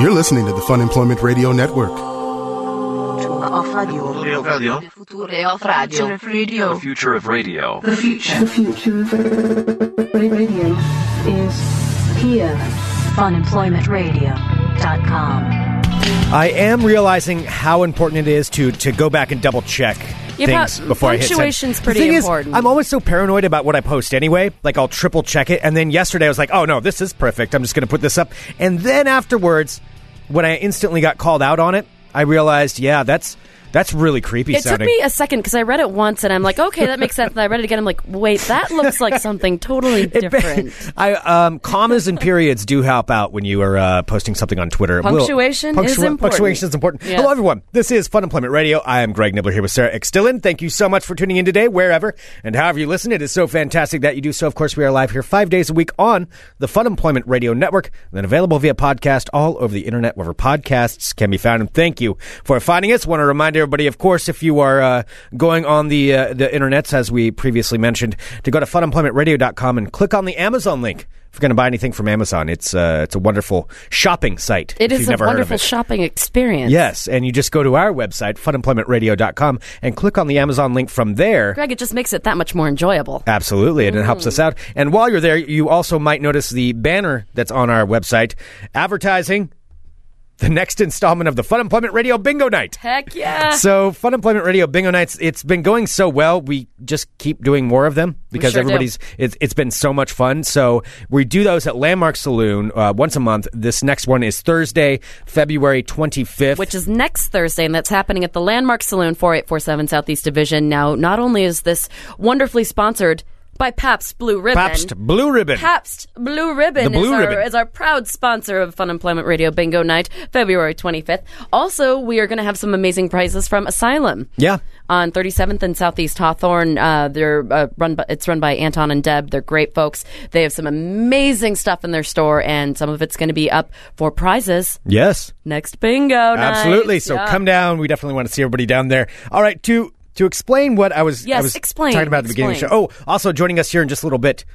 You're listening to the Fun Employment Radio Network. Off radio. The Future off radio. radio. future of radio. The future. The future of radio is here. FunEmploymentRadio.com. I am realizing how important it is to to go back and double check Yeah, things pu- before I hit send. punctuation's The pretty thing is, important. I'm always so paranoid about what I post anyway. Like I'll triple check it, and then yesterday I was like, "Oh no, this is perfect. I'm just going to put this up." And then afterwards, when I instantly got called out on it, I realized, yeah, that's that's really creepy It took sounding. me a second because I read it once and I'm like, okay, that makes sense. And I read it again. I'm like, wait, that looks like something totally different. I um, commas and periods do help out when you are uh, posting something on Twitter. It will- Punctuation is important. Punctuation is important. Yeah. Hello, everyone. This is Fun Employment Radio. I am Greg Nibbler here with Sarah Extillin. Thank you so much for tuning in today, wherever and however you listen. It is so fantastic that you do so. Of course, we are live here five days a week on the Fun Employment Radio Network, and then available via podcast all over the internet, wherever podcasts can be found. And thank you for finding us. Want to remind everybody, of course, if you are uh, going on the uh, the internets, as we previously mentioned, to go to funemploymentradio.com and click on the Amazon link. If you're going to buy anything from Amazon, it's uh, it's a wonderful shopping site. It is if you've a never heard of wonderful it. shopping experience. Yes, and you just go to our website, funemploymentradio.com, and click on the Amazon link from there. Greg, it just makes it that much more enjoyable. Absolutely, and it helps Mm. us out. And while you're there, you also might notice the banner that's on our website advertising the next installment of the Fun Employment Radio Bingo Night. Heck yeah. So, Fun Employment Radio Bingo Nights, it's been going so well. We just keep doing more of them because sure do. everybody's, it's, it's been so much fun. So, we do those at Landmark Saloon uh, once a month. This next one is Thursday, February 25th. which is next Thursday, and that's happening at the Landmark Saloon, 4847 Southeast Division. Now, not only is this wonderfully sponsored by Pabst Blue Ribbon. Pabst Blue Ribbon. Pabst Blue Ribbon, The Blue is, our, Ribbon. is our proud sponsor of Fun Employment Radio Bingo Night, February 25th. Also, we are going to have some amazing prizes from Asylum. Yeah. On 37th and Southeast Hawthorne, uh, they're uh, run. By, it's run by Anton and Deb. They're great folks. They have some amazing stuff in their store, and some of it's going to be up for prizes Yes. next bingo night. Absolutely. So Yeah. come down. We definitely want to see everybody down there. All right. To to explain what I was, I Yes, was explain, talking about at the beginning of the explain. show. Oh, also joining us here in just a little bit,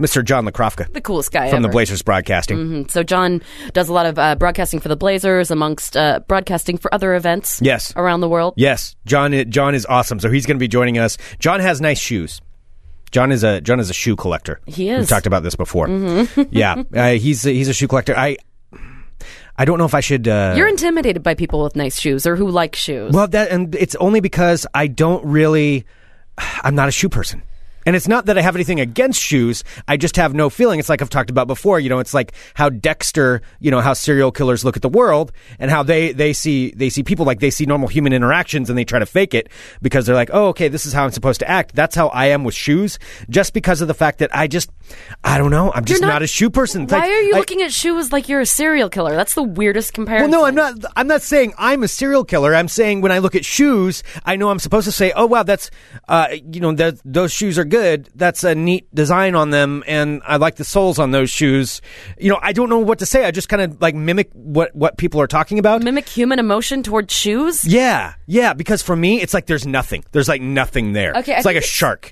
Mr. John LaCrofka the coolest guy from the ever. Blazers Broadcasting. So John does a lot of uh, broadcasting for the Blazers, amongst uh, broadcasting for other events. Yes. around the world. Yes, John. i- John is awesome. So he's going to be joining us. John has nice shoes. John is a John is a shoe collector. He is. Mm-hmm. We've talked about this before. yeah, uh, he's a, he's a shoe collector. I I don't know if I should. Uh, You're intimidated by people with nice shoes or who like shoes. Well, that and it's only because I don't really. I'm not a shoe person. And it's not that I have anything against shoes. I just have no feeling. It's like I've talked about before. You know, it's like how Dexter, you know, how serial killers look at the world and how they, they see, they see people like they see normal human interactions and they try to fake it because they're like, oh, okay, this is how I'm supposed to act. That's how I am with shoes just because of the fact that I just, I don't know. I'm just You're not, not- a shoe person. Why are you looking looking at shoes like you're a serial killer? That's the weirdest comparison. Well, no, I'm not. I'm not saying I'm a serial killer. I'm saying when I look at shoes, I know I'm supposed to say, "Oh, wow, that's uh, you know, that, those shoes are good. That's a neat design on them, and I like the soles on those shoes." You know, I don't know what to say. I just kind of like mimic what what people are talking about. Mimic human emotion toward shoes. yeah, yeah. Because for me, it's like there's nothing. There's like nothing there. Okay, I it's like a think it's- shark.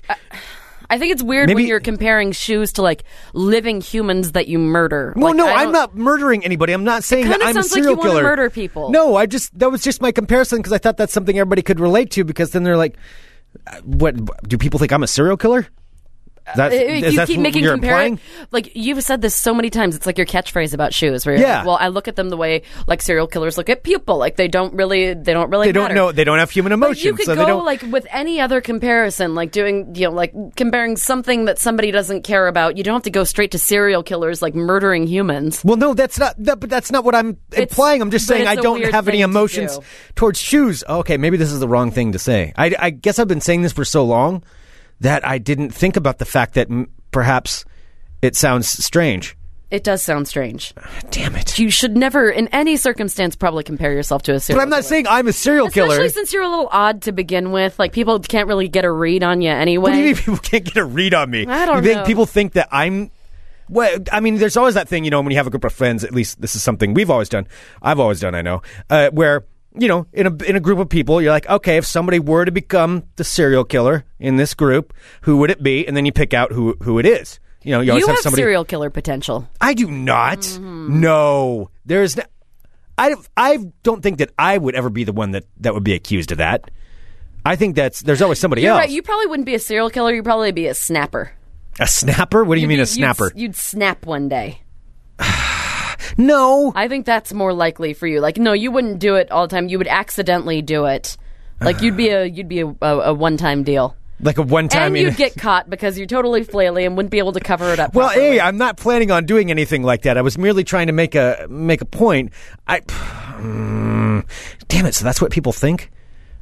I think it's weird Maybe- when you're comparing shoes to like living humans that you murder. Well, Like, no, I I'm don't- not murdering anybody. I'm not saying that kinda I'm a sounds like you serial wanna killer. murder people. No, I just that was just my comparison because I thought that's something everybody could relate to. Because then they're like, uh, "What do people think I'm a serial killer?" That's, If is Uh, you that keep what making you're compar- implying? like you've said this so many times. It's like your catchphrase about shoes. Where you're Yeah. like, well, I look at them the way like serial killers look at people. Like they don't really, they don't really. They don't matter. know. They don't have human But emotions, you could so go they don't. like with any other comparison, like doing you know, like comparing something that somebody doesn't care about. You don't have to go straight to serial killers like murdering humans. well, no, that's not. That, but that's not what I'm implying. I'm just but saying it's I a don't weird have any thing to emotions do. towards shoes. Oh, Okay, maybe this is the wrong thing to say. I, I guess I've been saying this for so long that I didn't think about the fact that m- perhaps it sounds strange. It does sound strange. Damn it. You should never, in any circumstance, probably compare yourself to a serial. But I'm not saying I'm a serial Especially killer. since you're a little odd to begin with, like people can't really get a read on you anyway. What do you mean people can't get a read on me? I don't you think know. people think that I'm. Well, I mean, there's always that thing, you know, when you have a group of friends. At least this is something we've always done. I've always done, I know, uh, where you know, in a in a group of people, you're like, okay, if somebody were to become the serial killer in this group, who would it be? And then you pick out who who it is. You know, you always You have somebody. serial killer potential. I do not. No, there's. No, I, I don't think that I would ever be the one that, that would be accused of that. I think that's there's always somebody You're else. right. You probably wouldn't be a serial killer. You'd probably be a snapper. a snapper? What do you mean a You'd- snapper? You'd, you'd snap one day. no. I think that's more likely for you. Like, no, you wouldn't do it all the time. You would accidentally do it. Like, you'd be a you'd be a, a, a one time deal, like a one and time you'd get caught because you're totally flaily and wouldn't be able to cover it up. Well, properly. hey, I'm not planning on doing anything like that. I was merely trying to make a make a point. I Mm. Damn it, so that's what people think?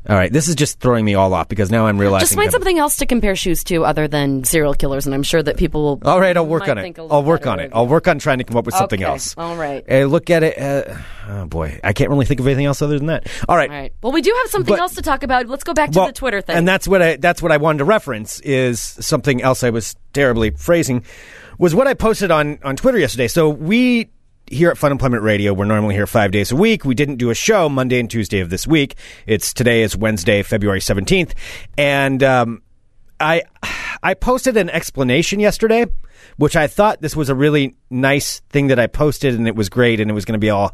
All right, this is just throwing me all off because now I'm realizing just find that- something else to compare shoes to other than serial killers, and I'm sure that people will. All right, I'll work might on it. think a little I'll work better on it. of you. I'll work on trying to come up with something Okay, else. all right. Uh, look at it. Uh, oh boy, I can't really think of anything else other than that. All right. All right. Well, we do have something But- else to talk about. Let's go back to the Twitter thing. And that's what I that's what I wanted to reference is something else I was terribly phrasing was what I posted on on Twitter yesterday. So we here at Fun Employment Radio, we're normally here five days a week. We didn't do a show Monday and Tuesday of this week. It's today is Wednesday, February seventeenth, and um, I I posted an explanation yesterday, which I thought this was a really nice thing that I posted, and it was great, and it was going to be all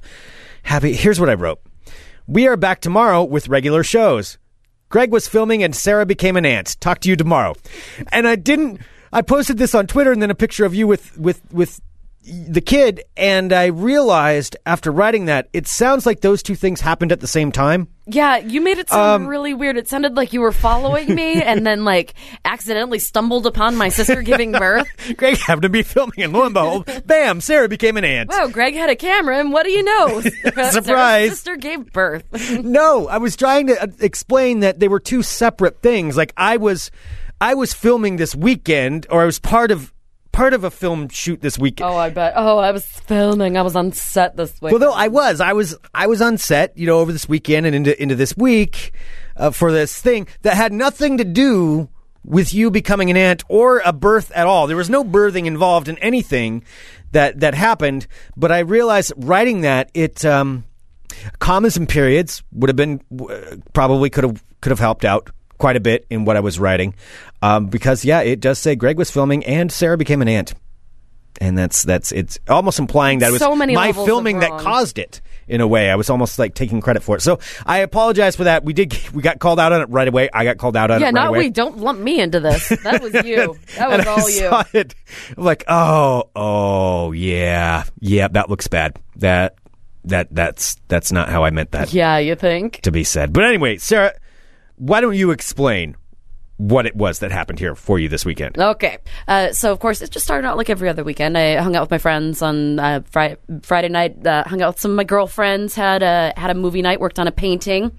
happy. Here's what I wrote: We are back tomorrow with regular shows. Greg was filming, and Sarah became an aunt. Talk to you tomorrow. And I didn't. I posted this on Twitter, and then a picture of you with with with the kid, and I realized after writing that it sounds like those two things happened at the same time. Yeah, you made it Um, sound really weird. It sounded like you were following me and then like accidentally stumbled upon my sister giving birth. Greg happened to be filming, and lo and behold, bam! Sarah became an aunt. Wow, Greg had a camera, and what do you know? Surprise. Sarah's sister gave birth. No, I was trying to uh, explain that they were two separate things. Like I was, I was filming this weekend, or I was part of part of a film shoot this weekend. oh, I bet. Oh, I was filming. I was on set this week. Well, no, I was, I was, I was on set, you know, over this weekend and into into this week uh, for this thing that had nothing to do with you becoming an aunt or a birth at all. There was no birthing involved in anything that that happened. But I realized writing that it. Um, commas and periods would have been w- probably could have could have helped out quite a bit in what I was writing, um, because yeah, it does say Greg was filming and Sarah became an aunt, and that's that's it's almost implying that it was So many my levels filming of that wrong. caused it in a way. I was almost like taking credit for it, so I apologize for that. We did we got called out on it right away. I got called out on yeah, it right not away. we. Don't lump me into this. That was you. That was and I all you. saw it. I'm like, oh, oh, yeah, yeah. That looks bad. That, that, that's that's not how I meant that Yeah, you think? to be said. But anyway, Sarah, why don't you explain what it was that happened here for you this weekend? Okay. Uh, so, of course, it just started out like every other weekend. I hung out with my friends on uh, Fri- Friday night, uh, hung out with some of my girlfriends, had a, had a movie night, worked on a painting.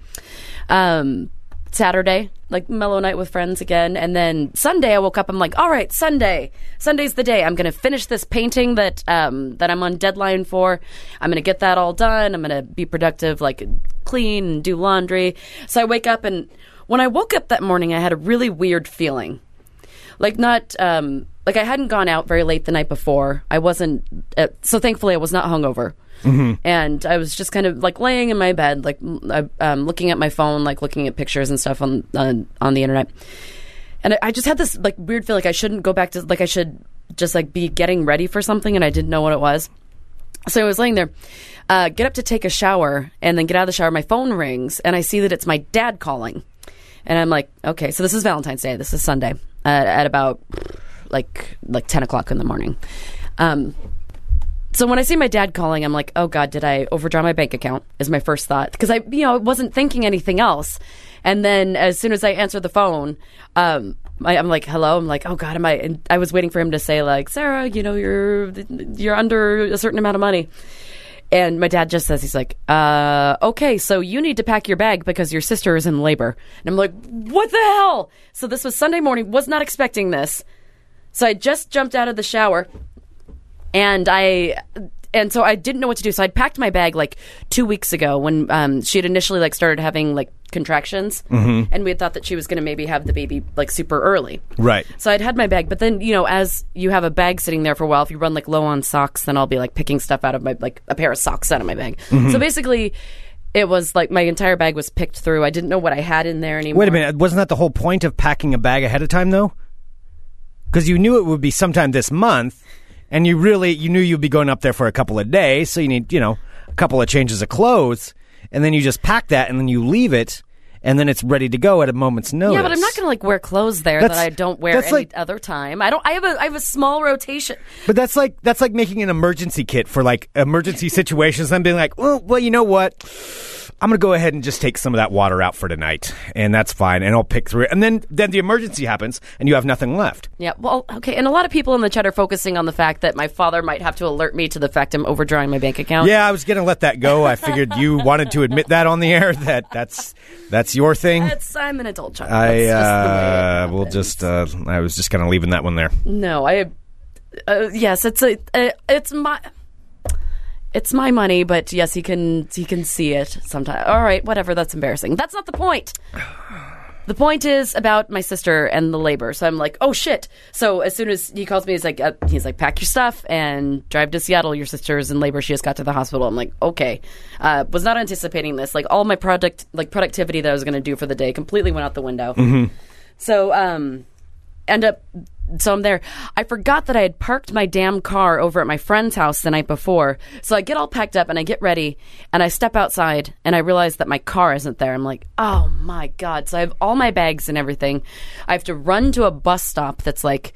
Um, Saturday, like mellow night with friends again. And then Sunday, I woke up, I'm like, all right, Sunday. Sunday's the day. I'm going to finish this painting that, um, that I'm on deadline for. I'm going to get that all done. I'm going to be productive, like clean and do laundry. So I wake up and when I woke up that morning, I had a really weird feeling like not um like I hadn't gone out very late the night before. I wasn't uh, so thankfully I was not hungover. And I was just kind of like laying in my bed, like m- I- um, looking at my phone, like looking at pictures and stuff on on, on the internet. And I, I just had this like weird feel like I shouldn't go back to like I should just like be getting ready for something, and I didn't know what it was. So I was laying there, uh, get up to take a shower, and then get out of the shower. My phone rings, and I see that it's my dad calling. And I'm like, okay, so this is Valentine's Day. This is Sunday uh, at about like like 10 o'clock in the morning. Um, so when I see my dad calling, I'm like, oh God, did I overdraw my bank account? Is my first thought because I, you know, I wasn't thinking anything else. And then as soon as I answer the phone, um, I, I'm like, hello. I'm like, oh God, am I? And I was waiting for him to say like, Sarah, you know, you're you're under a certain amount of money. And my dad just says, he's like, uh, okay, so you need to pack your bag because your sister is in labor. And I'm like, what the hell? So this was Sunday morning, was not expecting this. So I just jumped out of the shower and I and so I didn't know what to do. So I'd packed my bag like two weeks ago when um, she had initially like started having like contractions, Mm-hmm. and we had thought that she was going to maybe have the baby like super early. Right. So I'd had my bag, but then you know, as you have a bag sitting there for a while, if you run like low on socks, then I'll be like picking stuff out of my like a pair of socks out of my bag. Mm-hmm. So basically, it was like my entire bag was picked through. I didn't know what I had in there anymore. Wait a minute, wasn't that the whole point of packing a bag ahead of time though? Because you knew it would be sometime this month, and you really you knew you'd be going up there for a couple of days, so you need you know. a couple of changes of clothes, and then you just pack that, and then you leave it, and then it's ready to go at a moment's notice. Yeah, but I'm not going to like wear clothes there That's- that I don't wear that's any like- other time. I don't. I have a I have a small rotation. But that's like that's like making an emergency kit for like emergency situations. I'm being like, well, well, you know what? I'm gonna go ahead and just take some of that water out for tonight, and that's fine. And I'll pick through it. And then then the emergency happens, and you have nothing left. Yeah. Well, okay. And a lot of people in the chat are focusing on the fact that my father might have to alert me to the fact I'm overdrawing my bank account. Yeah, I was gonna let that go. I figured you wanted to admit that on the air. That that's that's your thing. That's, I'm an adult child. I That's just the way uh, it will happens. just uh, I was just kind of leaving that one there. No, I. Uh, yes, it's a. Uh, it's my. It's my money, but yes, he can he can see it sometimes. All right, whatever. That's embarrassing. That's not the point. The point is about my sister and the labor. So I'm like, oh shit. So as soon as he calls me, he's like, uh, he's like, pack your stuff and drive to Seattle. Your sister is in labor. She just got to the hospital. I'm like, okay. Uh, was not anticipating this. Like all my product like productivity that I was going to do for the day completely went out the window. So um, end up so I'm there. I forgot that I had parked my damn car over at my friend's house the night before. So I get all packed up and I get ready and I step outside and I realize that my car isn't there. I'm like, "Oh my god." So I have all my bags and everything. I have to run to a bus stop that's like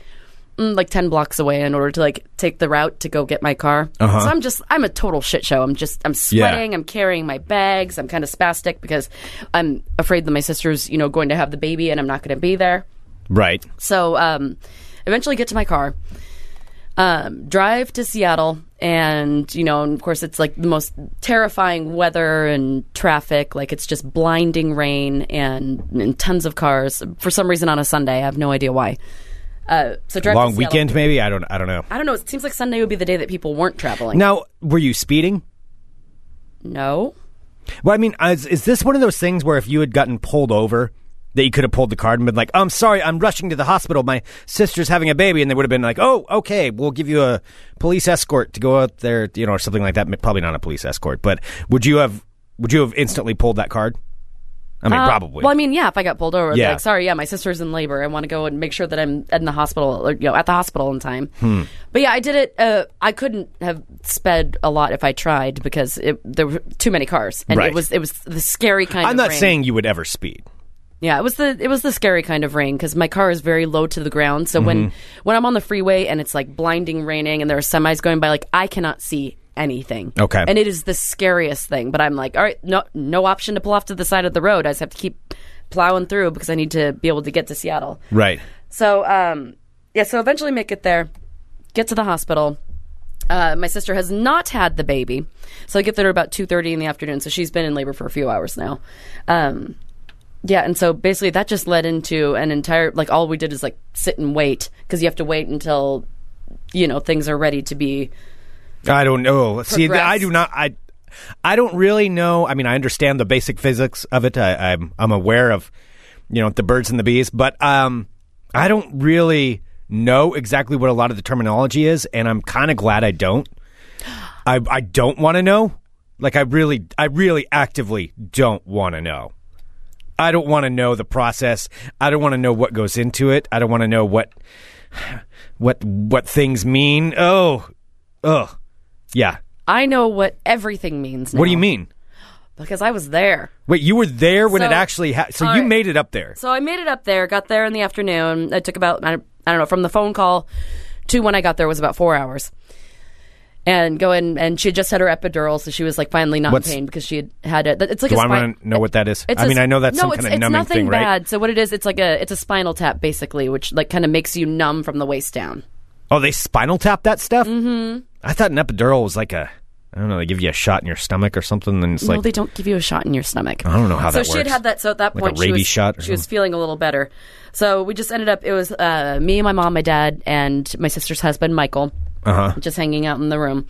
mm, like 10 blocks away in order to like take the route to go get my car. So I'm just I'm a total shit show. I'm just I'm sweating. I'm carrying my bags. I'm kind of spastic because I'm afraid that my sister's, you know, going to have the baby and I'm not going to be there. Right. So um, eventually get to my car, um, drive to Seattle, and you know, and of course, it's like the most terrifying weather and traffic. Like it's just blinding rain and, and tons of cars. For some reason on a Sunday, I have no idea why. Uh, so drive to Long Seattle. weekend maybe. I don't I don't know. I don't know. It seems like Sunday would be the day that people weren't traveling. Now, were you speeding? no. Well, I mean, is, is this one of those things where if you had gotten pulled over, that you could have pulled the card and been like, "I'm sorry, I'm rushing to the hospital. My sister's having a baby," and they would have been like, "Oh, okay, we'll give you a police escort to go out there, you know, or something like that." M- Probably not a police escort, but would you have would you have instantly pulled that card? I mean, Uh, probably. Well, I mean, yeah, if I got pulled over, I'd be Yeah. like, sorry, yeah, my sister's in labor. I want to go and make sure that I'm in the hospital, or, you know, at the hospital in time. Hmm. But yeah, I did it. Uh, I couldn't have sped a lot if I tried because it, there were too many cars, and Right. it was it was the scary kind. I'm of not rain. saying you would ever speed. Yeah, it was the it was the scary kind of rain because my car is very low to the ground. So when when I'm on the freeway and it's like blinding raining and there are semis going by, like I cannot see anything. Okay. and it is the scariest thing. But I'm like, all right, no no option to pull off to the side of the road. I just have to keep plowing through because I need to be able to get to Seattle. Right. So, um, yeah, so eventually make it there, get to the hospital. Uh, my sister has not had the baby, so I get there at about two thirty in the afternoon. So she's been in labor for a few hours now. Um, yeah, and so basically that just led into an entire like all we did is like sit and wait because you have to wait until you know things are ready to be I don't know. See, th- I Progress. do not. I I don't really know. I mean, I understand the basic physics of it. I, I'm I'm aware of you know the birds and the bees, but um, I don't really know exactly what a lot of the terminology is, and I'm kind of glad I don't. I I don't want to know. Like I really I really actively don't want to know. I don't want to know the process. I don't want to know what goes into it. I don't want to know what what what things mean. Oh, ugh, yeah. I know what everything means. What do now you mean? Because I was there. Wait, you were there when it So- actually happened. So all you right. made it up there. So I made it up there, got there in the afternoon. I took about, I don't I don't know, from the phone call to when I got there was about four hours. And go in, and she had just had her epidural, so she was like finally not What's- in pain because she had had it. It's like Do a I spine. want to know what that is? It's I a- mean, I know that's no, some it's, kind of it's numbing nothing thing, right? bad. So what it is, it's like a it's a spinal tap basically, which like kind of makes you numb from the waist down. Oh, they spinal tap that stuff. Mm-hmm. I thought an epidural was like a, I don't know, they give you a shot in your stomach or something, and it's no, like Uh-huh. they don't give you a shot in your stomach. I don't know how so that she had works. had that. So at that Like a point, she rabies was shot or she was something? feeling a little better. So we just ended up. It was uh, me and my mom, my dad, and my sister's husband, Michael, uh-huh. just hanging out in the room.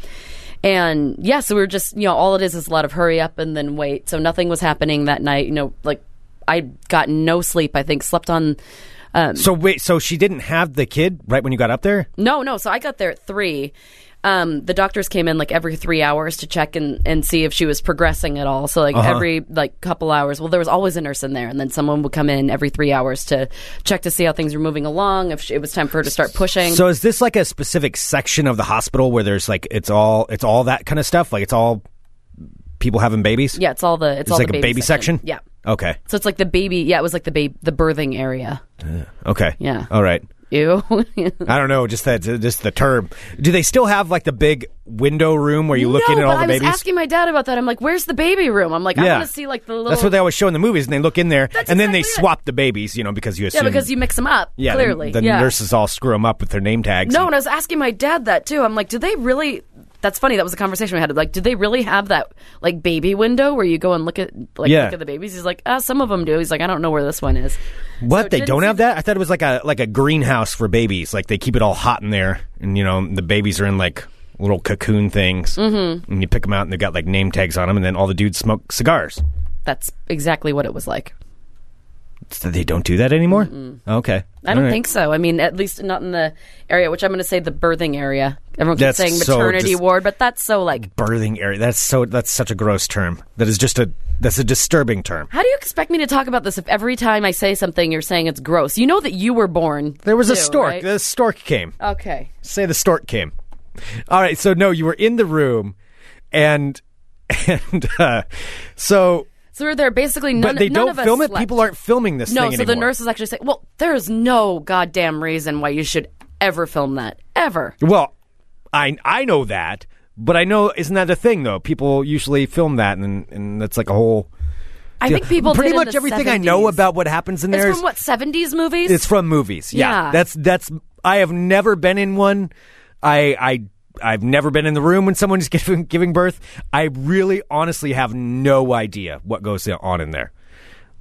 And yeah, so we were just you know all it is is a lot of hurry up and then wait. So nothing was happening that night. You know, like I got no sleep. I think slept on. Um, So wait, so she didn't have the kid right when you got up there? no, no. So I got there at three. Um, the doctors came in like every three hours to check and, and see if she was progressing at all. So like Uh-huh. every like couple hours. Well, there was always a nurse in there, and then someone would come in every three hours to check to see how things were moving along. If she, it was time for her to start pushing. So is this like a specific section of the hospital where there's like it's all it's all that kind of stuff? Like it's all people having babies? Yeah, it's all the it's, It's all like the a baby section? Yeah. Okay. So it's like the baby. Yeah, it was like the baby, the birthing area. Okay. Yeah. All right. Ew. I don't know, just that, just the term. Do they still have like the big window room where you look no, in at but all the I babies? was asking my dad about that. I'm like, "Where's the baby room?" I'm like, "I Yeah. want to see like the little." That's what they always show in the movies, and they look in there, That's and then they exactly it. swap the babies, you know, because you yeah, assume because you mix them up. yeah, the- clearly. the, yeah. nurses all screw them up with their name tags. No, and I was asking my dad that too. I'm like, do they really? That's funny. That was a conversation we had. Like, do they really have that like baby window where you go and look at like Yeah. look at the babies? He's like, ah, some of them do. He's like, I don't know where this one is. what it they didn't don't seem- have that? I thought it was like a like a greenhouse for babies. Like they keep it all hot in there, and you know the babies are in like little cocoon things, mm-hmm. and you pick them out, and they've got like name tags on them, and then all the dudes smoke cigars. That's exactly what it was like. So they don't do that anymore. Okay, I don't think so. I mean, at least not in the area, which I'm going to say the birthing area. Everyone keeps That's saying so maternity dis- ward, but that's so like. birthing area. That's so. That's such a gross term. That is just a. That's a disturbing term. How do you expect me to talk about this if every time I say something you're saying it's gross? You know that you were born. There was a too, stork. right? The stork came. Okay. Say the stork came. All right. So no, you were in the room, and and uh, so, So we're there basically none. but they none don't of us film it. slept. People aren't filming this No, thing so anymore. the nurses actually say, "Well, there's no goddamn reason why you should ever film that ever." Well, I I know that, but I know isn't that a thing though? People usually film that, and and that's like a whole. I think people pretty did in much the everything I know 70s. about what happens in It's there is from what seventies movies. It's from movies. Yeah. Yeah. That's that's I have never been in one. I I I've never been in the room when someone's giving giving birth. I really honestly have no idea what goes on in there.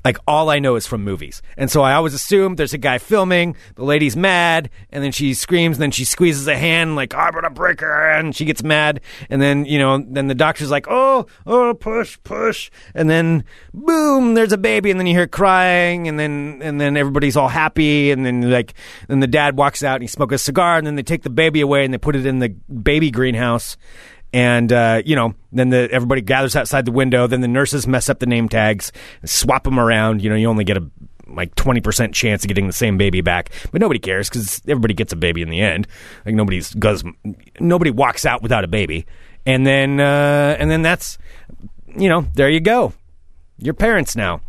Like all I know is from movies. And so I always assume there's a guy filming, the lady's mad, and then she screams, and then she squeezes a hand like, I'm gonna break her and she gets mad, and then you know, then the doctor's like, Oh, oh, push, push, and then boom, there's a baby, and then you hear crying, and then and then everybody's all happy, and then like then the dad walks out and he smokes a cigar, and then they take the baby away and they put it in the baby greenhouse. And uh, you know, then the, everybody gathers outside the window. Then the nurses mess up the name tags, swap them around. You know, you only get a like twenty percent chance of getting the same baby back, but nobody cares because everybody gets a baby in the end. Like nobody's goes, nobody walks out without a baby. And then uh, and then that's you know, there you go. Your parents now,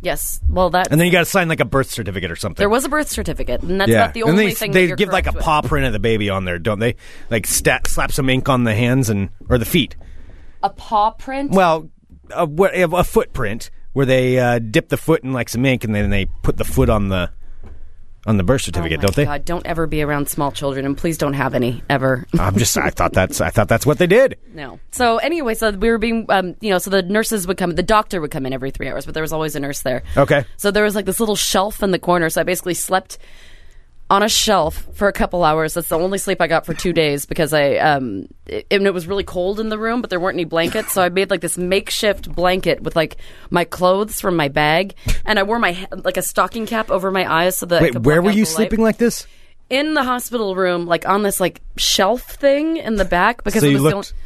yes. Well, that and then you got to sign like a birth certificate or something. there was a birth certificate, and that's yeah, not the and only they, thing. they that you're give like a correct with. paw print of the baby on there, don't they? Like stat, slap some ink on the hands and or the feet. A paw print. Oh Well, a, what- a footprint where they uh, dip the foot in like some ink, and then they put the foot on the on the birth Oh certificate, my don't they? God, don't ever be around small children, and please don't have any ever. I'm just I thought that's I thought that's what they did. No. So anyway, so we were being, um, you know, so the nurses would come, the doctor would come in every three hours, but there was always a nurse there. Okay. So there was like this little shelf in the corner. So I basically slept on a shelf for a couple hours. That's the only sleep I got for two days because I, um, it, and it was really cold in the room, but there weren't any blankets. So I made like this makeshift blanket with like my clothes from my bag, and I wore my ha- like a stocking cap over my eyes so that I Wait, could where block were out you the light sleeping like this? in the hospital room, like on this like shelf thing in the back because So it you was looked- the on-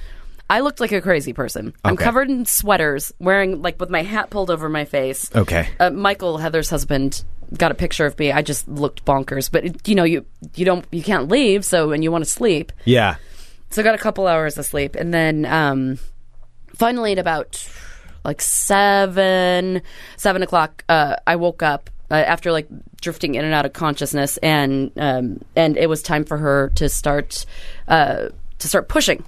I looked like a crazy person. I'm Okay. covered in sweaters, wearing like with my hat pulled over my face. Okay. Uh, Michael Heather's husband got a picture of me. I just looked bonkers, but it, you know you you don't you can't leave, so and you want to sleep. Yeah. So I got a couple hours of sleep, and then um, finally at about like seven seven o'clock, uh, I woke up uh, after like drifting in and out of consciousness, and um, and it was time for her to start uh, to start pushing.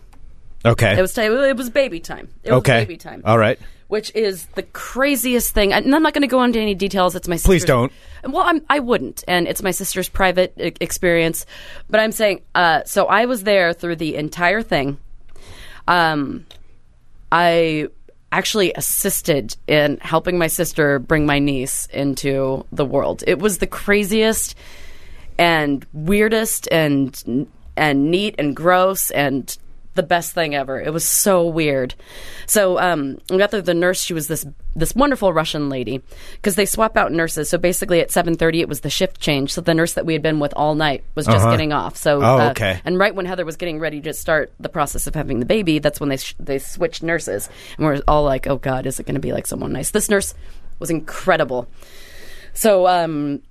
Okay. It was time. It was baby time. It okay. was baby time. All right. Which is the craziest thing, and I'm not going to go into any details. It's my sister's, Please don't. Well, I'm, I wouldn't, and it's my sister's private e- experience. But I'm saying, uh, so I was there through the entire thing. Um, I actually assisted in helping my sister bring my niece into the world. It was the craziest and weirdest and and neat and gross and the best thing ever. It was so weird. So um, we got there. The nurse, she was this this wonderful Russian lady because they swap out nurses. So basically, at seven thirty, it was the shift change. So the nurse that we had been with all night was just Uh-huh. getting off. So uh, Oh, okay. and right when Heather was getting ready to start the process of having the baby, that's when they sh- they switched nurses, and we're all like, "Oh God, is it going to be like someone nice?" This nurse was incredible. So um,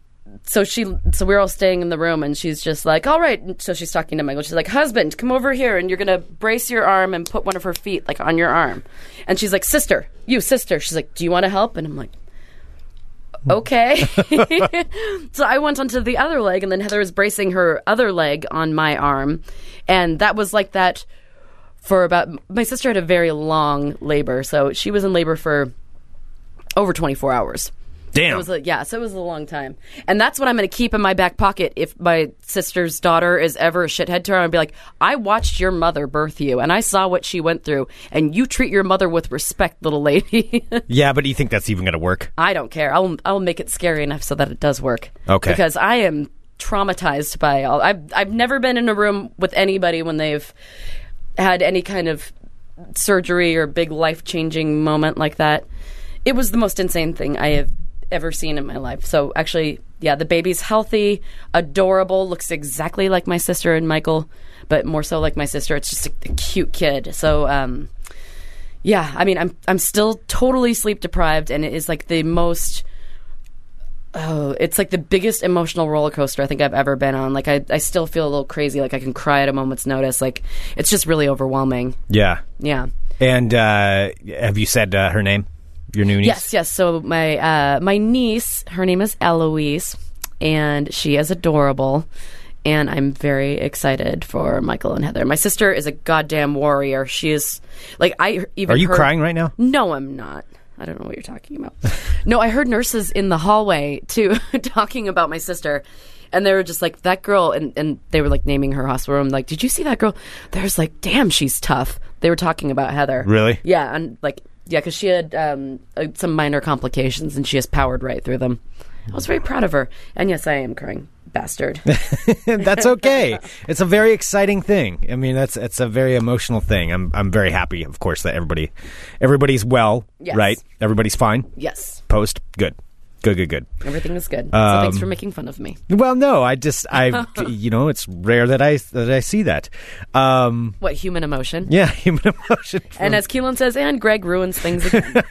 so she so we're all staying in the room and she's just like all right so she's talking to michael she's like husband come over here and you're gonna brace your arm and put one of her feet like on your arm and she's like sister you sister she's like do you want to help and i'm like okay so i went onto the other leg and then heather was bracing her other leg on my arm and that was like that for about my sister had a very long labor so she was in labor for over 24 hours Damn. it was a, yeah, so it was a long time, and that's what I'm going to keep in my back pocket if my sister's daughter is ever a shithead to her. I'd be like, I watched your mother birth you, and I saw what she went through, and you treat your mother with respect, little lady. yeah, but do you think that's even going to work? I don't care. I'll I'll make it scary enough so that it does work. Okay. Because I am traumatized by all. I've I've never been in a room with anybody when they've had any kind of surgery or big life changing moment like that. It was the most insane thing I have ever seen in my life. So actually, yeah, the baby's healthy, adorable, looks exactly like my sister and Michael, but more so like my sister. It's just a, a cute kid. So um yeah, I mean, I'm I'm still totally sleep deprived, and it is like the most. Oh, it's like the biggest emotional roller coaster I think I've ever been on. Like I, I still feel a little crazy. Like I can cry at a moment's notice. Like it's just really overwhelming. Yeah. Yeah. And uh, have you said uh, her name? Your new niece? Yes, yes. So my uh, my niece, her name is Eloise, and she is adorable. And I'm very excited for Michael and Heather. My sister is a goddamn warrior. She is like I even. Are you heard- crying right now? No, I'm not. I don't know what you're talking about. no, I heard nurses in the hallway too talking about my sister. And they were just like, that girl, and, and they were like naming her hospital room. Like, did you see that girl? There's like, damn, she's tough. They were talking about Heather. Really? Yeah. And like, yeah, because she had um, uh, some minor complications and she has powered right through them. I was very proud of her. And yes, I am crying. Bastard. that's okay. It's a very exciting thing. I mean, that's it's a very emotional thing. I'm I'm very happy, of course, that everybody everybody's well, Yes. right? Everybody's fine. yes. Post good, good, good, good. Everything is good. Um, so thanks for making fun of me. Well, no, I just I you know it's rare that I that I see that. Um, What human emotion? yeah, human emotion. And as Keelan says, and Greg ruins things again.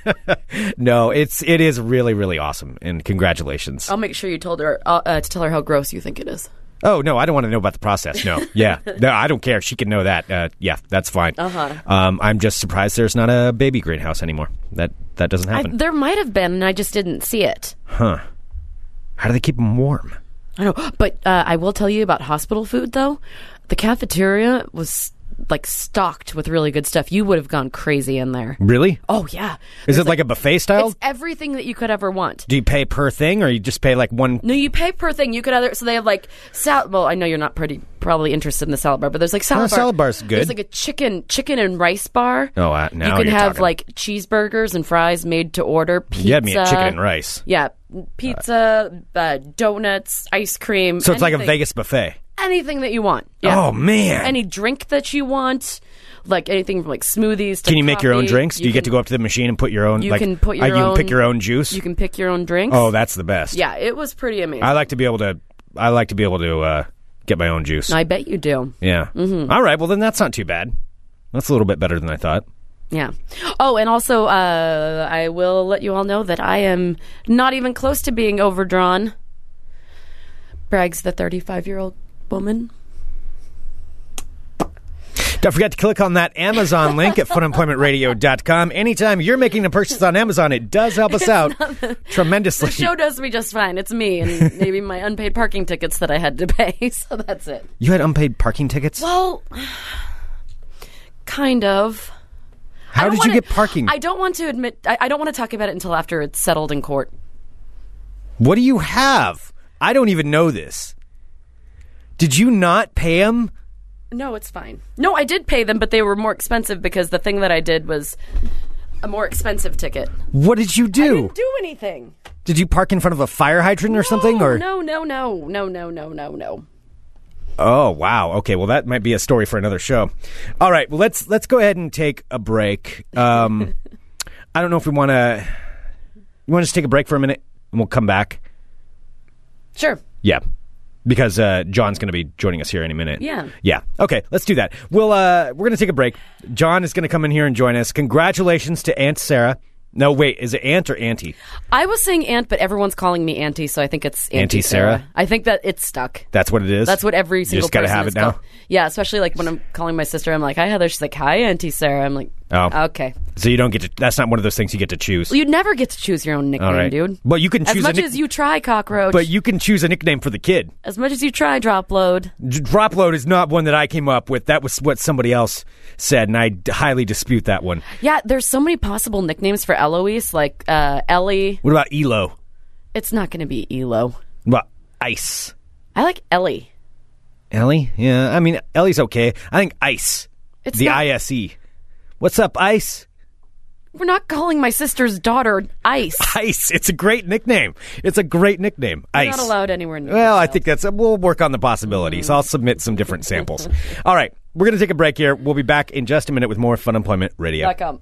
No, it's it is really really awesome, and congratulations. I'll make sure you told her uh, uh, to tell her how gross you think it is. Oh no, I don't want to know about the process. No, yeah, no, I don't care. She can know that. Uh, yeah, that's fine. Uh-huh. Um, I'm just surprised there's not a baby greenhouse anymore. That that doesn't I, happen. there might have been, and I just didn't see it. How do they keep them warm? I know, but uh, I will tell you about hospital food though. The cafeteria was like stocked with really good stuff. You would have gone crazy in there. Really? Oh yeah, Is it like, a buffet style? it's everything that you could ever want. Do you pay per thing, or you just pay like one? No, you pay per thing. You could either so they have like salad. Well, I know you're not pretty probably interested in the salad bar, but there's like salad Oh, bar. salad bar's good. There's like a chicken chicken and rice bar. Oh, uh, you now can you're have talking. like cheeseburgers and fries made to order. Pizza. You had me at chicken and rice. Yeah, pizza, uh, donuts, ice cream. So it's like a anything- Vegas buffet. Anything that you want. Yeah. Oh man! Any drink that you want, like anything from like smoothies. To can you make your own coffee. drinks? Do you, get to can- go up to the machine and put your own? You like, can put uh, your you own. can pick your own juice. You can pick your own drinks. oh, that's the best. yeah. It was pretty amazing. I like to be able to. I like to be able to uh, get my own juice. I bet you do. yeah. Mm-hmm. right. Well, then that's not too bad. That's a little bit better than I thought. Yeah. Oh, and also, uh, I will let you all know that I am not even close to being overdrawn. Brags the 35 year old woman. Don't forget to click on that Amazon link at funemploymentradio.com. Anytime you're making a purchase on Amazon, it does help us out tremendously. The show does me just fine. It's me and maybe my unpaid parking tickets that I had to pay. So that's it. You had unpaid parking tickets? Well, kind of. I How don't did you wanna- get parking? I don't want to admit. I, I don't want to talk about it until after it's settled in court. What do you have? I don't even know this. Did you not pay him? No, it's fine. No, I did pay them, but they were more expensive because the thing that I did was a more expensive ticket. What did you do? Didn't do anything. did you park in front of a fire hydrant or something? No, Or no, no, no, no, no, no, no, no. oh wow, okay. Well, that might be a story for another show. All right, well let's let's go ahead and take a break. Um, I don't know if we want to. You want to just take a break for a minute, and we'll come back. Sure. Yeah. Because uh, John's going to be joining us here any minute. Yeah. Yeah. Okay, let's do that. We'll uh, we're going to take a break. John is going to come in here and join us. Congratulations to Aunt Sarah No, wait. Is it aunt or auntie? I was saying aunt, but everyone's calling me auntie, so I think it's auntie, Auntie Sarah? I think that it's stuck. That's what it is. That's what every single just gotta person have is it now? called- Yeah, especially like when I'm calling my sister, I'm like, "Hi Heather." She's like, "Hi Auntie Sarah." I'm like, Oh. okay." So you don't get to. That's not one of those things you get to choose. You never get to choose your own nickname, All right, dude. But you can choose as much a nick- as you try, cockroach. But you can choose a nickname for the kid. as much as you try, drop load. D- Drop load is not one that I came up with. That was what somebody else said, and I d- highly dispute that one. Yeah, there's so many possible nicknames for Eloise, like uh, Ellie. What about Elo? It's not going to be Elo. What about Ice? I like Ellie. Ellie? Yeah, I mean Ellie's okay. I think Ice. It's the not- ISE. What's up, Ice? We're not calling my sister's daughter Ice. Ice. It's a great nickname. It's a great nickname. We're Ice. Not allowed anywhere near. Well, the I show. think that's. We'll work on the possibilities. I'll submit some different samples. All right, we're going to take a break here. We'll be back in just a minute with more Fun Employment Radio. Dot com.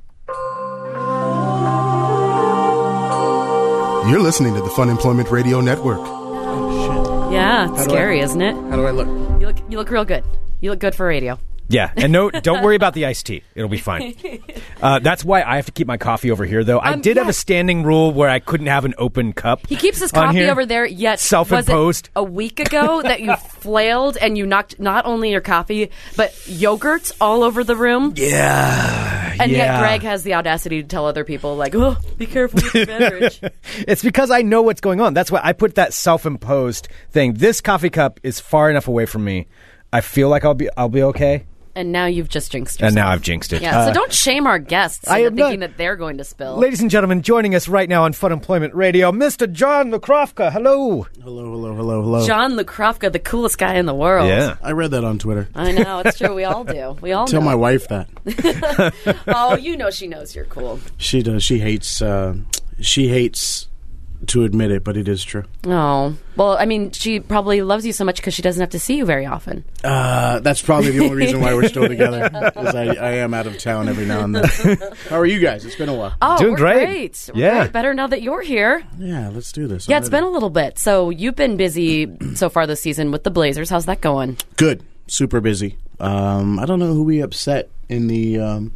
You're listening to the Fun Employment Radio Network. Yeah, it's do I- scary, isn't it? How do I look? You look, you look real good. You look good for radio. Yeah, and no, don't worry about the iced tea. It'll be fine. Uh, that's why I have to keep my coffee over here, though. I Um, did have yeah. a standing rule where I couldn't have an open cup. He keeps his on coffee here. over there. Yet, Self-imposed. Was it a week ago that you flailed and you knocked not only your coffee but yogurts all over the room. Yeah, and yeah. yet, Greg has the audacity to tell other people, like, "Oh, be careful with your beverage." It's because I know what's going on. That's why I put that self-imposed thing. This coffee cup is far enough away from me. I feel like I'll be I'll be okay. and now you've just jinxed yourself. And now I've jinxed it. yeah, so don't shame our guests I into am thinking not- that they're going to spill. Ladies and gentlemen, joining us right now on Fun Employment Radio, Mr. John Lakrofka. Hello. Hello, hello, hello, hello. John Lukrofka, the coolest guy in the world. I read that on Twitter. I know it's true. We all do. We all Tell know. my wife that. oh, you know she knows you're cool. She does. She hates. Uh, she hates to admit it, but it is true. Oh well, I mean, she probably loves you so much because she doesn't have to see you very often. Uh, that's probably the only reason why we're still together. Because I, I am out of town every now and then. How are you guys? It's been a while. Oh, Doing we're great. We're Yeah. great. Better now that you're here. yeah, let's do this. Yeah, it's been a little bit. So you've been busy so far this season with the Blazers. How's that going? good. Super busy. Um, I don't know who we upset in the um,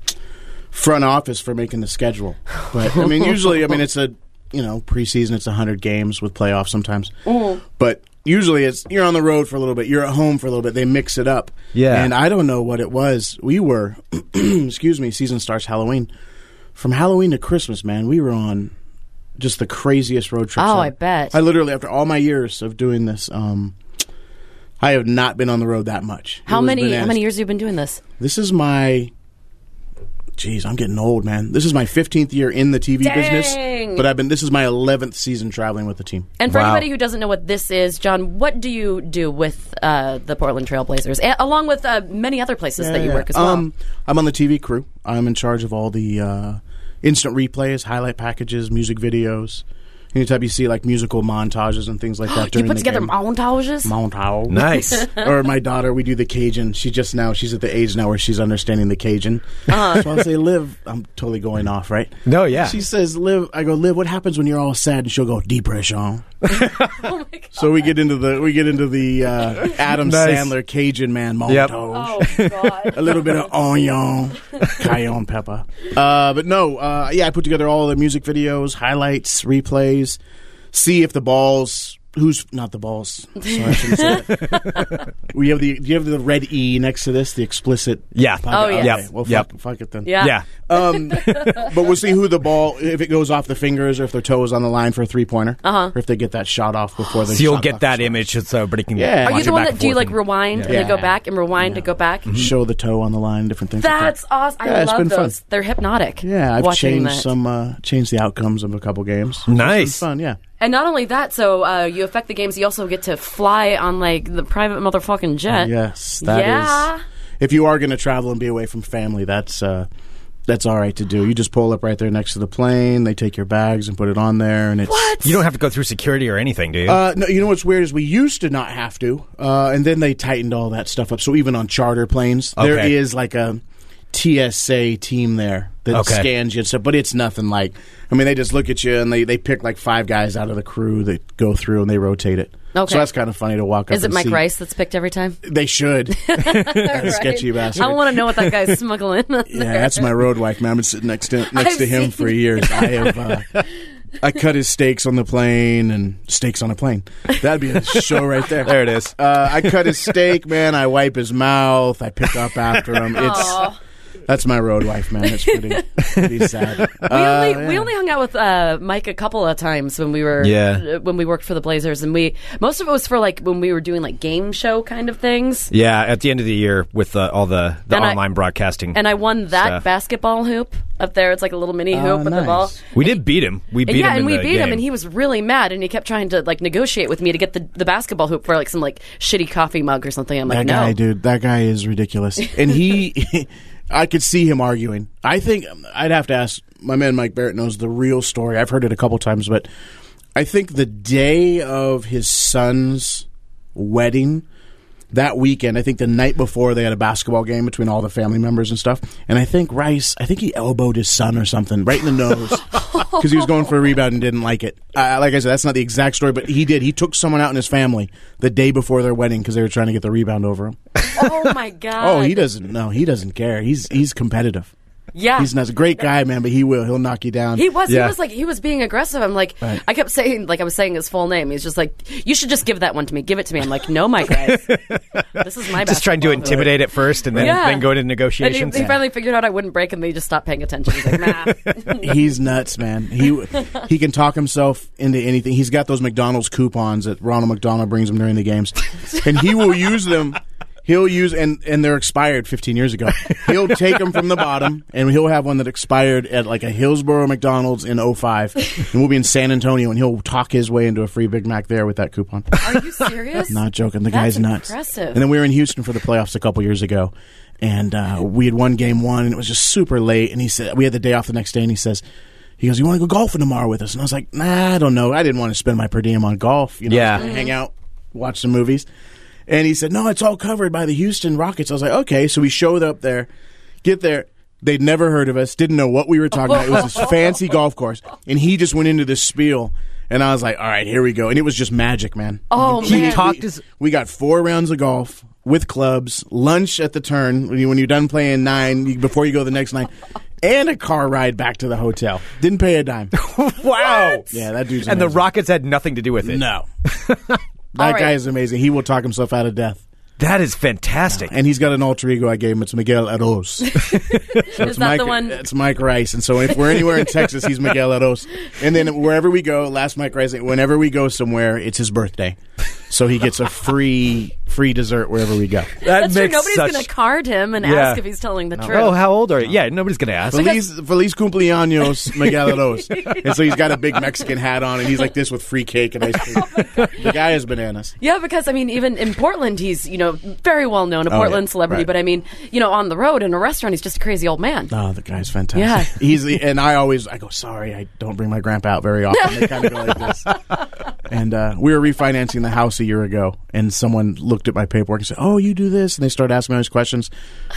front office for making the schedule, but I mean, usually, I mean, it's a you know preseason. It's hundred games with playoffs sometimes, Mm-hmm. but usually it's you're on the road for a little bit, you're at home for a little bit. They mix it up. Yeah. and I don't know what it was. We were, excuse me, season starts Halloween. From Halloween to Christmas, man, we were on just the craziest road trips. Oh, ever. I bet. I literally, after all my years of doing this, um, I have not been on the road that much. How It was many how bananas. many years have you been doing this? This is my. Jeez, I'm getting old, man. This is my 15th year in the TV Dang. business, but I've been. This is my 11th season traveling with the team. And for Wow. anybody who doesn't know what this is, John, what do you do with uh, the Portland Trail Blazers, a- along with uh, many other places that you Yeah. work as well? Um, I'm on the TV crew. I'm in charge of all the uh, instant replays, highlight packages, music videos. Anytime you see like musical montages and things like that. do you during put the together game. montages? montage. Nice. or my daughter, we do the Cajun. She just now, she's at the age now where she's understanding the Cajun. So I say, Liv, I'm totally going off, right? No, yeah. She says, Liv, I go, Liv, what happens when you're all sad? And she'll go, depression. oh my God. So we get into the we get into the uh, Adam Nice. Sandler Cajun man montage Yep. oh God! a little bit of onion, cayenne pepper. Uh, but no, uh, yeah, I put together all the music videos, highlights, replays. See if the balls. Who's not the balls? Sorry, I shouldn't say that. we have the. Do you have the red E next to this? The explicit. Yeah. Oh, yes. Okay, Yep. Well, fuck, Yep. fuck it then. Yeah. Yeah. Um, but we'll see who the ball if it goes off the fingers or if their toe is on the line for a three pointer, uh-huh. or if they get that shot off before they. So you'll shot get clock that starts. image so everybody can Yeah. Are Watch you the watch it one back that and do you forth like and- rewind and then go Yeah. back and rewind and go back? Show the toe on the line, different things. like that. That's awesome! I Yeah, it's love been fun. those. They're hypnotic. Yeah, I've watching changed that. some, uh, changed the outcomes of a couple games. Nice. It's been fun, yeah. And not only that, so uh, you affect the games. You also get to fly on like the private motherfucking jet. Yes, that is. Yeah. If you are going to travel and be away from family, that's uh, that's all right to do. You just pull up right there next to the plane. They take your bags and put it on there, and it's What? You don't have to go through security or anything, do you? Uh, no, you know what's weird is we used to not have to, uh, and then they tightened all that stuff up. So even on charter planes, there Okay. is like a TSA team there that Okay. scans you and stuff. But it's nothing like. I mean, they just look at you and they they pick like five guys out of the crew that go through and they rotate it. Okay. So that's kind of funny to walk up. Is it and Mike see. Rice that's picked every time? They should. Sketchy bastard. I want to know what that guy's smuggling. Yeah, that's my road wife, man. I've been sitting next to next I've to him seen for years. I have. Uh, I cut his steaks on the plane and steaks on a plane. That'd be a show right there. There it is. Uh, I cut his steak, man. I wipe his mouth. I pick up after him. It's that's my road wife, man. It's pretty, pretty sad. We only, Uh, we yeah. only hung out with uh, Mike a couple of times when we were Yeah. uh, when we worked for the Blazers, and we most of it was for like when we were doing like game show kind of things. Yeah, at the end of the year with uh, all the, the And I- online broadcasting. And I won that Stuff. basketball hoop up there. It's like a little mini hoop Oh, with the nice. ball. we did beat him. We beat And yeah, him. and in we the beat him, game. and he was really mad, and he kept trying to like negotiate with me to get the, the basketball hoop for like some like shitty coffee mug or something. I'm like, That no, guy, dude. That guy is ridiculous. And he, I could see him arguing. I think I'd have to ask my man Mike Barrett knows the real story. I've heard it a couple times, but I think the day of his son's wedding. That weekend, I think the night before they had a basketball game between all the family members and stuff. And I think Rice, I think he elbowed his son or something right in the nose because he was going for a rebound and didn't like it. Uh, like I said, that's not the exact story, but he did. He took someone out in his family the day before their wedding because they were trying to get the rebound over him. oh my god, Oh, he doesn't. No, he doesn't care. He's he's competitive. yeah, He's not a great guy, man, but he will. He'll knock you down. He was. Yeah. He was like he was being aggressive. I'm like Right. I kept saying like I was saying his full name. He's just like you should just give that one to me. Give it to me. I'm like no, my guys. this is my just trying to basketball. intimidate at first and then, Yeah. then go into And he, negotiations. he finally figured out I wouldn't break, and they just stopped paying attention. He's like, nah. He's nuts, man. He he can talk himself into anything. He's got those McDonald's coupons that Ronald McDonald brings him during the games, and he will use them. He'll use and and they're expired 15 years ago. He'll take them from the bottom, and he'll have one that expired at like a Hillsboro McDonald's in 05, and we'll be in San Antonio, and he'll talk his way into a free Big Mac there with that coupon. Are you serious? Not joking. The That's guy's nuts. impressive. And then we were in Houston for the playoffs a couple years ago, and uh, we had won game one, and it was just super late. And he said we had the day off the next day, and he says. He goes, you want to go golfing tomorrow with us? And I was like, nah, I don't know. I didn't want to spend my per diem on golf. You know, Yeah. I was gonna hang out, watch some movies. And he said, no, it's all covered by the Houston Rockets. I was like, okay. So we showed up there, get there. They'd never heard of us, didn't know what we were talking about. It was this fancy golf course. And he just went into this spiel. And I was like, all right, here we go. And it was just magic, man. Oh He man, talked we, his- we got four rounds of golf with clubs, lunch at the turn when, you, when you're done playing nine you, before you go the next nine, and a car ride back to the hotel. Didn't pay a dime. wow. Yeah, that dude's And the amazing. Rockets had nothing to do with it. All No, that right. guy is amazing. He will talk himself out of death. That is fantastic. And he's got an alter ego I gave him. It's Miguel Arroz. So is that it's Mike, the one? It's Mike Rice. And so if we're anywhere in Texas, he's Miguel Arroz. And then wherever we go, last Mike Rice, whenever we go somewhere, it's his birthday. So he gets a free free dessert wherever we go. that That's true. makes Nobody's such... gonna card him and Yeah. ask if he's telling the truth. Oh, how old are you? Yeah, nobody's going to ask. Feliz, feliz cumpleaños, Miguel Arroz. and so he's got a big Mexican hat on, and he's like this with free cake and ice cream. Oh the guy is bananas. Yeah, because I mean, even in Portland, he's you know very well known, Oh, a yeah, Portland celebrity. right. But I mean, you know, on the road in a restaurant, he's just a crazy old man. Oh, the guy's fantastic. He's and I always I go sorry I don't bring my grandpa out very often. They kind of go like this. And uh, we were refinancing the house a year ago, and someone looked at my paperwork and said, "Oh, you do this?" And they started asking me all these questions.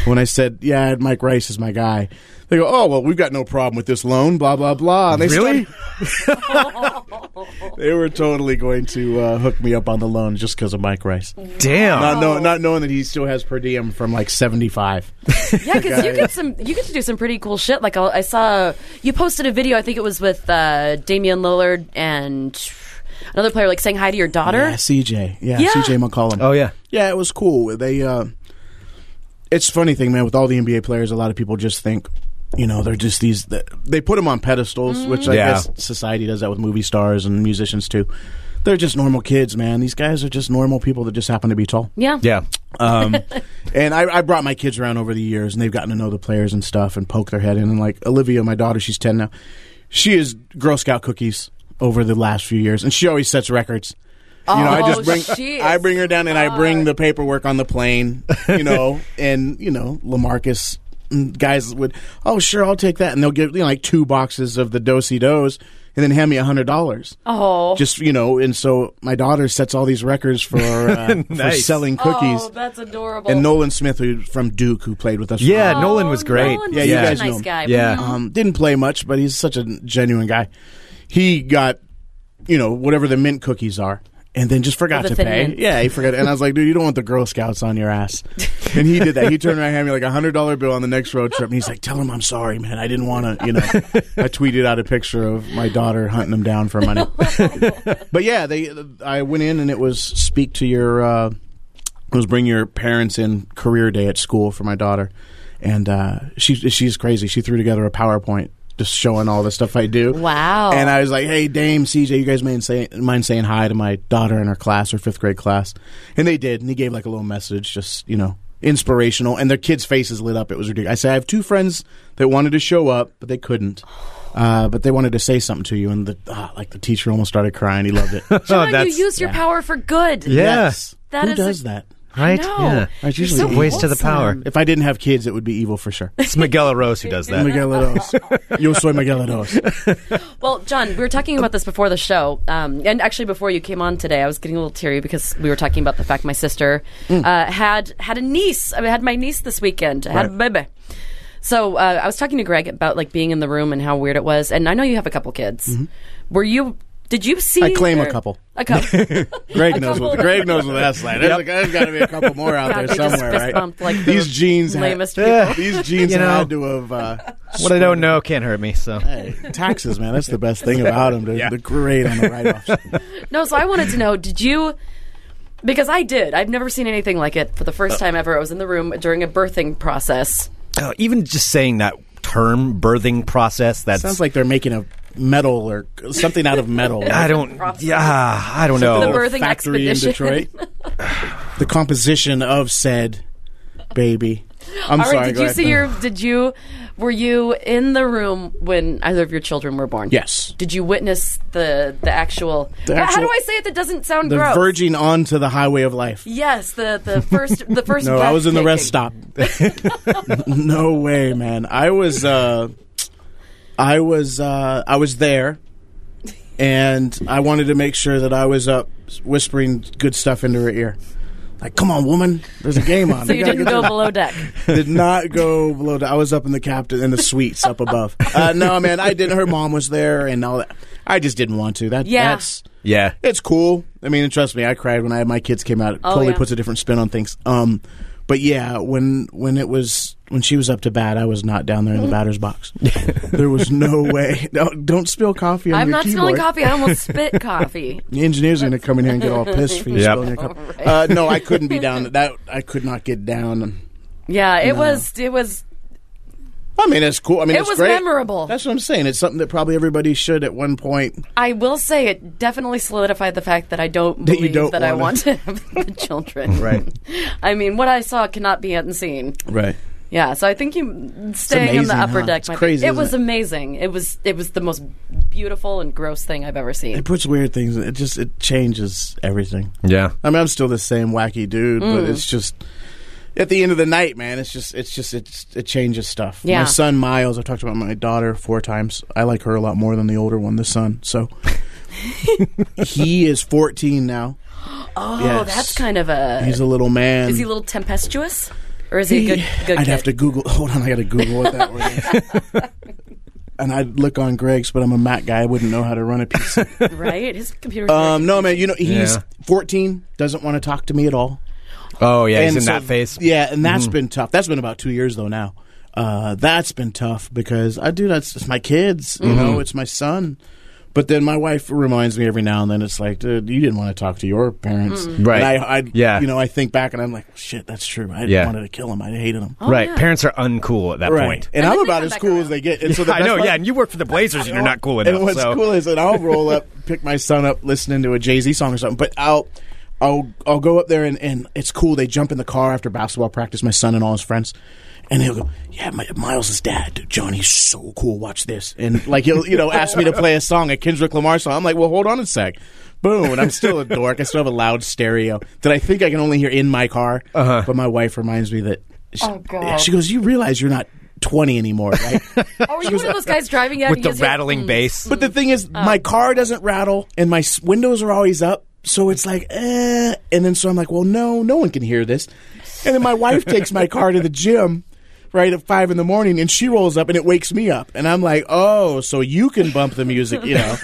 When I said, "Yeah, Mike Rice is my guy," they go, "Oh, well, we've got no problem with this loan." Blah blah blah. And they Really? started- they were totally going to uh, hook me up on the loan just because of Mike Rice, Damn. not know, not knowing that he still has per diem from like seventy five. Yeah, because you guy. get some, you get to do some pretty cool shit. Like I'll- I saw you posted a video. I think it was with uh, Damian Lillard and another player, like saying hi to your daughter. Yeah, CJ. Yeah, Yeah. CJ McCollum. oh, yeah. Yeah, it was cool. They, uh, it's funny thing, man. With all the NBA players, a lot of people just think, you know, they're just these. They put them on pedestals, which I Yeah. guess society does that with movie stars and musicians too. They're just normal kids, man. These guys are just normal people that just happen to be tall. Yeah, Yeah. Um, and I, I brought my kids around over the years, and they've gotten to know the players and stuff, and poke their head in. And like Olivia, my daughter, she's ten now. She is Girl Scout cookies over the last few years, and she always sets records. You know, I Oh, just bring she I is bring her down, and I bring the paperwork on the plane. You know, and you know Lamarcus mm, guys would oh sure I'll take that, and they'll give you know, like two boxes of the dosey dos, and then hand me a hundred dollars. Oh, Just you know, and so my daughter sets all these records for uh, for Nice. selling cookies. oh, that's adorable. And Nolan Smith, who from Duke, who played with us. Yeah, Oh, Nolan was great. Nolan Yeah, was you such guys a know nice him. guy. Yeah. um, didn't play much, but he's such a genuine guy. He got, you know, whatever the mint cookies are, and then just forgot With to a pay. thin mint. Yeah, he forgot. And I was like, dude, you don't want the Girl Scouts on your ass. And he did that. He turned around and handed me like a hundred dollar bill on the next road trip, and he's like, tell him I'm sorry, man. I didn't want to. You know, I tweeted out a picture of my daughter hunting him down for money. but yeah, they. I went in and it was speak to your. Uh, it was bring your parents in career day at school for my daughter, and uh, she she's crazy. She threw together a PowerPoint just showing all the stuff I do. Wow. And I was like, "Hey, Dame, CJ, you guys mind saying mind saying hi to my daughter in her class, her fifth grade class?" And they did, and he gave like a little message, just you know, inspirational. And their kids' faces lit up. It was ridiculous. I said, "I have two friends that wanted to show up, but they couldn't." Uh, but they wanted to say something to you, and the ah, like the teacher almost started crying. He loved it. Oh, Wow, that's- you use your power for good. Yeah. That Who is does a- that? I Right? know. Yeah. You're It's usually so evil. Ways to the power. wholesome. If I didn't have kids, it would be evil for sure. It's Miguel Rose who does that. Megalodos. Yo soy Megalodos. Well, John, we were talking about this before the show, um, and actually before you came on today, I was getting a little teary because we were talking about the fact my sister Mm. uh, had had a niece. I mean, had my niece this weekend. Had a baby. So uh, I was talking to Greg about like being in the room and how weird it was. And I know you have a couple kids. Were you? Did you see? Mm-hmm. I claim a their- couple. A couple. Greg knows what couple. Greg knows what that's like. There's, like, there's got to be a couple more out God, there they just somewhere, fist right? bumped, like, the these jeans, lamest had, people. these jeans You know. had to have uh, What I don't know can't hurt me. So hey, taxes, man. That's the best thing about them. They're, Yeah. they're great on the write-offs. No, so I wanted to know, did you because I did. I've never seen anything like it for the Uh. first time ever. I was in the room during a birthing process. Oh, even just saying that term, birthing process, that's Sounds like they're making a metal or something out of metal. I don't. Process. Yeah, I don't the know. birth- birthing factory expedition. in Detroit. the composition of said baby. I'm All right, sorry. did go you ahead. see your did you were you in the room when either of your children were born? Yes. Did you witness the the actual, The How- actual- How do I say it that doesn't sound the gross? verging onto the highway of life. Yes, the the first the first No, I was in the rest breathtaking. stop. no way, man. I was uh I was uh I was there and I wanted to make sure that I was up whispering good stuff into her ear. Like, come on, woman, there's a game on. So you didn't go below deck. Did not go below. The, I was up in the captain in the suites up above. Uh, no, man, I didn't. Her mom was there and all that. I just didn't want to. That Yeah. that's yeah, it's cool. I mean, and trust me, I cried when I had my kids came out. It Oh, totally yeah. puts a different spin on things. Um, but yeah, when when it was when she was up to bat, I was not down there in Mm. the batter's box. there was no way. No, don't spill coffee on I'm your not keyboard. spilling coffee. I almost spit coffee. The engineer's going to come in here and get all pissed for you Yep. spilling your coffee. Uh, no, I couldn't be down. That I could not get down. Yeah, it was it was I mean, it's cool. I mean, It it's was great. memorable. That's what I'm saying. It's something that probably everybody should at one point. I will say it definitely solidified the fact that I don't That you believe don't that I want wanna- to have the children. right. I mean, what I saw cannot be unseen. Right. Yeah, so I think you staying in amazing, the upper huh? deck. It's might be- crazy, It isn't was it? amazing. It was it was the most beautiful and gross thing I've ever seen. It puts weird things. It just it changes everything. Yeah. I mean, I'm still the same wacky dude, Mm. but it's just at the end of the night, man. It's just, it's just, it's, it changes stuff. Yeah. My son Miles, I've talked about my daughter four times. I like her a lot more than the older one, the son. So he is 14 now. Oh, Yes. that's kind of a. He's a little man. is he a little tempestuous, or is he a good good? I'd kid? have to Google. Hold on, I got to Google what that word is. And I'd look on Greg's, but I'm a Mac guy. I wouldn't know how to run a PC. right. His computer. Um, no, man, you know he's Yeah. 14. Doesn't want to talk to me at all. Oh yeah, he's in so- that Mm-hmm. phase. Yeah, and that's been tough. That's been about two years though now. Uh, that's been tough because I do that's it's my kids, you Mm-hmm. know, it's my son. But then my wife reminds me every now and then it's like, dude, you didn't want to talk to your parents, Mm-hmm. Right. And I, I, Yeah. you know, I think back and I'm like, shit, that's true. I Yeah. wanted to kill him. I hated him. Oh, right. yeah. Parents are uncool at that point. And and, I'm then they about come as back cool as around. they get. And so the I best know. part- Yeah, and you work for the Blazers, and you're not cool enough. And what's so. cool is that I'll roll up, pick my son up, listening to a Jay Z song or something. But I'll, I'll, I'll go up there and, and it's cool. They jump in the car after basketball practice. My son and all his friends, and he'll go, "Yeah, my, Miles' dad, dude, Johnny's so cool. Watch this." And like he'll, you know, ask me to play a song, a Kendrick Lamar song. I'm like, "Well, hold on a sec." Boom! And I'm still a dork. I still have a loud stereo that I think I can only hear in my car. Uh-huh. But my wife reminds me that she, she goes, "You realize you're not 20 anymore, right?" Oh, are you one of those guys driving out with and the you just hear, rattling mm. bass. But the thing is, my car doesn't rattle, and my s- windows are always up. So it's like, eh. And then so I'm like, well, no, no one can hear this. And then my wife takes my car to the gym, right at five in the morning, and she rolls up and it wakes me up, and I'm like, oh, so you can bump the music, you know?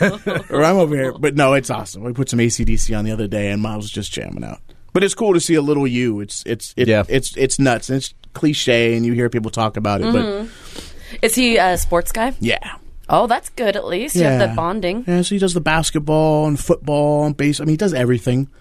or I'm over here, but no, it's awesome. We put some ACDC on the other day, and Miles was just jamming out. But it's cool to see a little you. It's it's it, Yeah. it's it's nuts. And it's cliche, and you hear people talk about it, but Is he a sports guy? yeah. Oh, that's good. At least you have that bonding. Yeah, so he does the basketball and football and base. I mean, he does everything.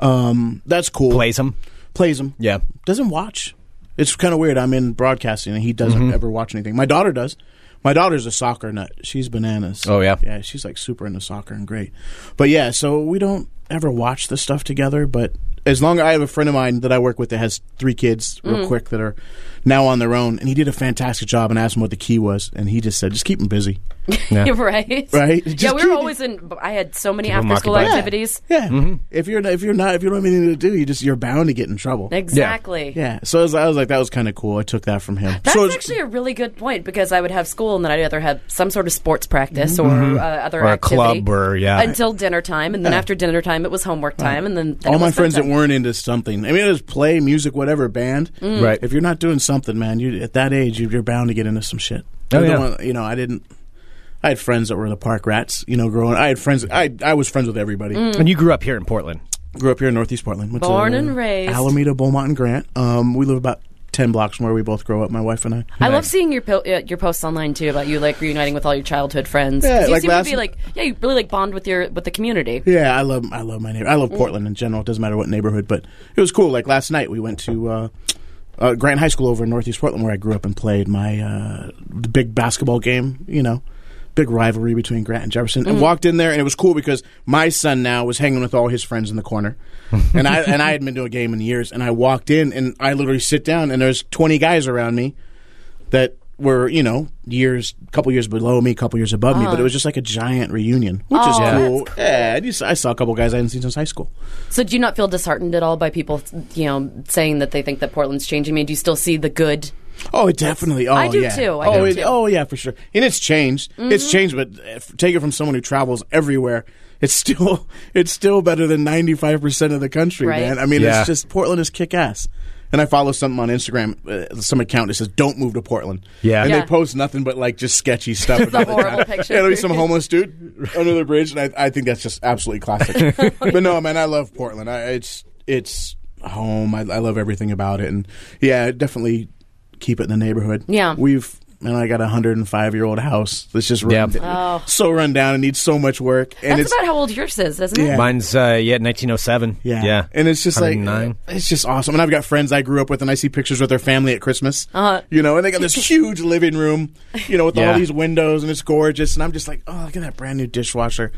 Um, that's cool. Plays him. plays him. Yeah. doesn't watch. It's kind of weird. I'm in broadcasting and he doesn't Mm-hmm. ever watch anything. My daughter does. My daughter's a soccer nut. She's bananas. Oh, yeah? yeah. She's like super into soccer and great. But yeah, so we don't ever watch this stuff together. But as long I have a friend of mine that I work with that has three kids real quick that are now on their own, and he did a fantastic job. And I asked him what the key was, and he just said, "Just keep them busy." You're right. Right? yeah, Just we keep- were always in. I had so many Keep 'em after school occupied. activities. Yeah. Mm-hmm. If you're if you're not if you don't have anything to do, you just you're bound to get in trouble. Exactly. Yeah. So I was, I was like, that was kind of cool. I took that from him. That's so it's- actually a really good point because I would have school and then I'd either have some sort of sports practice or Mm-hmm. uh, other Or a activity club or, yeah. until dinner time, and then after dinner time it was homework time, and then, then all it my was friends that bedtime. weren't into something. I mean, it was play, music, whatever, band. Mm. Right. If you're not doing something, man, you at that age, you- you're bound to get into some shit. Oh, You're the yeah. one- you know, I didn't. I had friends that were the park rats. You know, growing. I had friends. I I was friends with everybody. And you grew up here in Portland. Grew up here in Northeast Portland. Went Mm. Born to, uh, and raised. Alameda, Beaumont, and Grant. Um, we live about ten blocks from where we both grow up. My wife and I. I love seeing your po- uh, your posts online too about you like reuniting with all your childhood friends. Yeah, 'Cause you like seem last- to be like yeah, you really like bond with your with the community. Yeah, I love I love my neighbor. I love Portland in general. It doesn't matter what neighborhood, but it was cool. Like last night, we went to uh, uh, Grant High School over in Northeast Portland, where I grew up and played my uh, the big basketball game. You know, big rivalry between Grant and Jefferson. And walked in there, and it was cool because my son now was hanging with all his friends in the corner, and I and I hadn't been to a game in years. And I walked in, and I literally sit down, and there's 20 guys around me that were you know years couple years below me couple years above me but it was just like a giant reunion which is Oh, cool, yeah I, just, I saw a couple guys i hadn't seen since high school So do you not feel disheartened at all by people you know saying that they think that Portland's changing? I mean, do you still see the good? oh it definitely oh I do yeah. too, I oh, do it- too. Mm-hmm. oh yeah for sure and it's changed it's changed but if, take it from someone who travels everywhere it's still it's still better than 95% of the country Right. man i mean Yeah. it's just portland is kick-ass and I follow something on Instagram, uh, some account that says "Don't move to Portland." Yeah. and Yeah. they post nothing but like just sketchy stuff. about the horrible town. pictures. Yeah, there'll be some homeless dude under the bridge, and I, I think that's just absolutely classic. but no, man, I love Portland. I, it's it's home. I, I love everything about it, and yeah, definitely keep it in the neighborhood. Yeah. we've and I got a hundred and five year old house that's just run, Yep. Oh. so run down and needs so much work. And That's it's about how old yours is, isn't it? Yeah. Mine's, uh, yeah, 1907. yeah. Yeah. And it's just like 109. it's just awesome. And I've got friends I grew up with and I see pictures with their family at Christmas. Uh-huh. You know, and they got this huge living room, you know, with Yeah. all these windows and it's gorgeous and I'm just like, "Oh, look at that brand new dishwasher."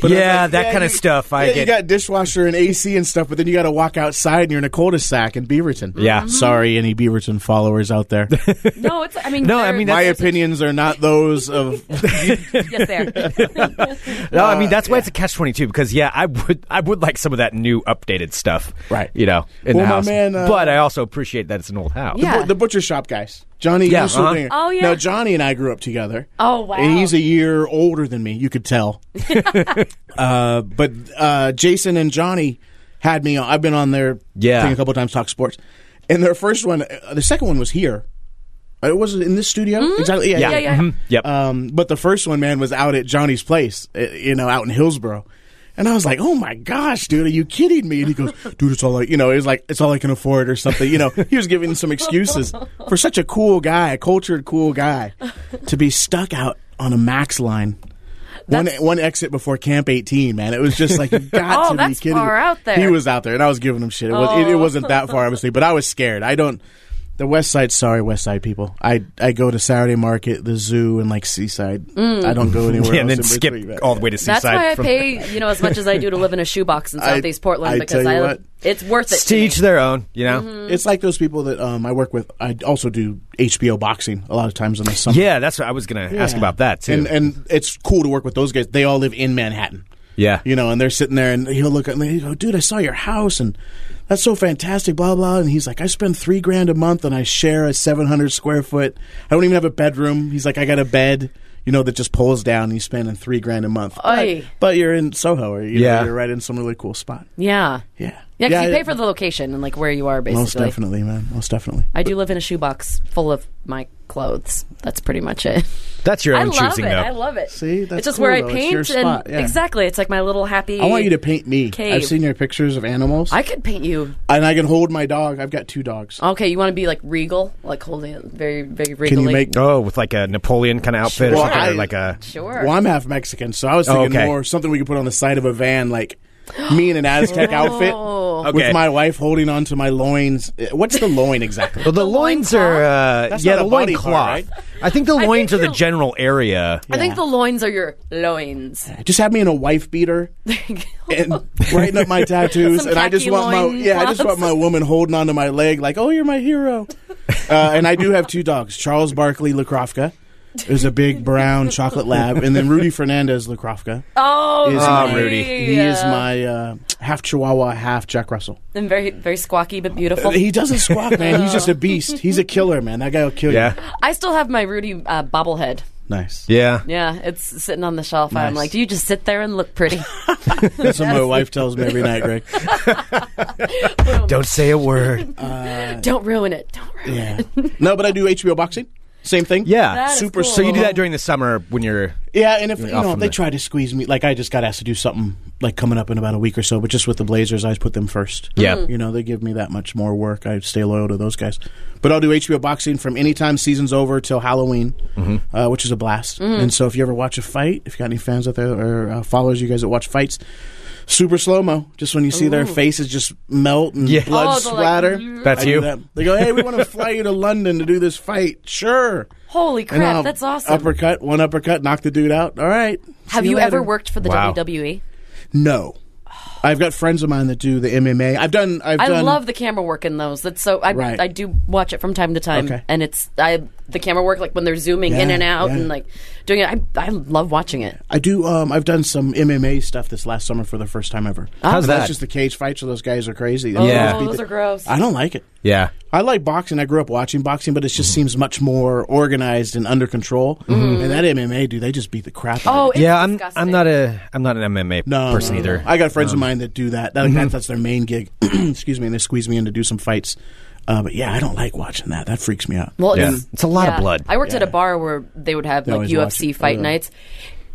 But I'm Yeah, like, that kind of you- stuff. I yeah, get. you got dishwasher and AC and stuff, but then you got to walk outside and you're in a cul-de-sac in Beaverton. Yeah. Mm-hmm. Mhm. Sorry any Beaverton followers out there. No, it's. I mean, No, I they're- mean, My that's- opinions are not those of yes, they are. no, I Uh, mean that's why it's a catch twenty two because yeah, I would I would like some of that new updated stuff, Right. You know, in Well, the my house. man, uh, but I also appreciate that it's an old house. Yeah. Bu- the butcher shop guys. Johnny Yeah, Russell uh-huh. Dinger. Oh, yeah. Now Johnny and I grew up together. Oh, wow. And he's a year older than me, you could tell. uh, but uh, Jason and Johnny had me on I've been on their Yeah. thing a couple times talk sports. And their first one uh, the second one was here. It was in this studio. Exactly. Yeah. yeah, yeah, yeah. mhm, yep. Um, but the first one, man, was out at Johnny's place, uh, you know, out in Hillsboro. And I was like, "Oh my gosh, dude, are you kidding me?" And he goes, "Dude, it's all I, you know, it's like it's all I can afford or something." You know, he was giving some excuses for such a cool guy, a cultured, cool guy, to be stuck out on a max line. One, one exit before Camp 18, man. It was just like you got Oh, to that's be kidding. far me. out there. He was out there, and I was giving him shit. It, was, it, it wasn't that far, obviously, but I was scared. I don't. The West Side, sorry, West Side people. I I go to Saturday Market, the zoo, and like Seaside. I don't go anywhere Mm. Yeah, else. and then in skip between, but- all the way to Seaside. That's why I from- pay, you know, as much as I do to live in a shoebox in I- Southeast Portland I because tell you I what. it's worth it. Mm-hmm. It's to each me. their own, you know. It's like those people that um, I work with. I also do HBO boxing a lot of times in the summer. Yeah, that's what I was going to ask Yeah. about that too. And and it's cool to work with those guys. They all live in Manhattan. yeah, You know, and they're sitting there, and he'll look at me. He go, "Dude, I saw your house, and that's so fantastic." Blah blah. And he's like, "I spend three grand a month, and I share a seven hundred square foot. I don't even have a bedroom." He's like, "I got a bed, you know, that just pulls down. And he's spending three grand a month. But, Oy. but you're in Soho, or you know, Yeah. you're right in some really cool spot. Yeah. Yeah, Yeah, 'cause Yeah, you I- pay for the location and like where you are, basically. Most definitely, man. Most definitely. I do live in a shoebox full of my clothes. That's pretty much it. That's your I own love choosing, it. though. I love it. See, that's it's just cool, where I though. It's paint your spot, and yeah. exactly. It's like my little happy. I want you to paint me. Cave. I've seen your pictures of animals, I could paint you. and I can hold my dog. I've got two dogs. Okay, you want to be like regal, like holding it very, very regally. make- Oh, with like a Napoleon kind of outfit Well, or something, I- or like a. sure? Well, I'm half Mexican, so I was thinking Oh, okay. more something we could put on the side of a van, like me in an Aztec Okay. outfit Oh. with my wife holding onto my loins. Uh, What's the loin exactly? Well, the, loins are. Uh, That's yeah, not the a loin body cloth. part, right? I think the think loins are the you're- general area. I think Yeah. the loins are your loins. just have me in a wife beater and brighten up my tattoos, Some and I just khaki want my loin yeah, I just cloths. want my woman holding onto my leg like, oh, you're my hero. Uh, and I do have two dogs, Charles Barkley Lakrofka. Is a big brown chocolate lab, and then Rudy Fernandez Lakrofka Oh, is Ah, my Rudy. He is my uh, half Chihuahua, half Jack Russell. And very, very squawky but beautiful. Uh, He doesn't squawk, man. He's just a beast. He's a killer, man. That guy will kill you. Yeah. I still have my Rudy uh, bobblehead. Nice. Yeah. Yeah, it's sitting on the shelf. I'm Nice. like, do you just sit there and look pretty? That's what my wife tells me every night, Greg. Don't say a word. Don't ruin it. Don't ruin it. Yeah. No, but I do HBO boxing. Same thing. Yeah. That is Super cool. So you do that during the summer when you're. Yeah, and if you off know from if they the- try to squeeze me, like I just got asked to do something like coming up in about a week or so, but just with the Blazers, I put them first. Yeah. Mm. Mm-hmm. you know they give me that much more work. I stay loyal to those guys, but I'll do HBO boxing from any time season's over till Halloween, Mm-hmm. uh, which is a blast. Mm-hmm. And so if you ever watch a fight, if you got any fans out there or uh, followers, you guys that watch fights. Super slow mo, just when you see their faces just melt and Yeah. blood Oh, the, like, splatter. That's I do you? that. They go, hey, we want to fly you to London to do this fight. Sure. Holy And I'll crap, that's awesome. Uppercut, one uppercut, knock the dude out. All right. Have See you later. ever worked for the E? Wow. WWE? No. I've got friends of mine that do the MMA. I've done. I've I done, love the camera work in those. That's so I Right. I do watch it from time to time, Okay. and it's I the camera work like when they're zooming in Yeah, and out yeah. and like doing it. I I love watching it. I do. Um, I've done some MMA stuff this last summer for the first time ever. How's That's that? just the cage fight. So those guys are crazy. They Oh, Yeah. just beat those the- are gross. I don't like it. Yeah. I like boxing. I grew up watching boxing, but it just seems much more organized and under control. And that MMA, dude, they just beat the crap out of Mm-hmm. oh, you. it's yeah. I'm. disgusting. I'm not a. I'm not an MMA No, person no, no, either. Um, mhm. no. Um, I got friends of mine that do that. that like, that- That's their main gig. Excuse me, and they squeeze me in to do some fights. Uh, but yeah, I don't like watching that. That freaks me out. Well, Yeah. it's, It's a lot of blood. Uh, I worked at a bar where they would have like always UFC watch it. fight Yeah. nights.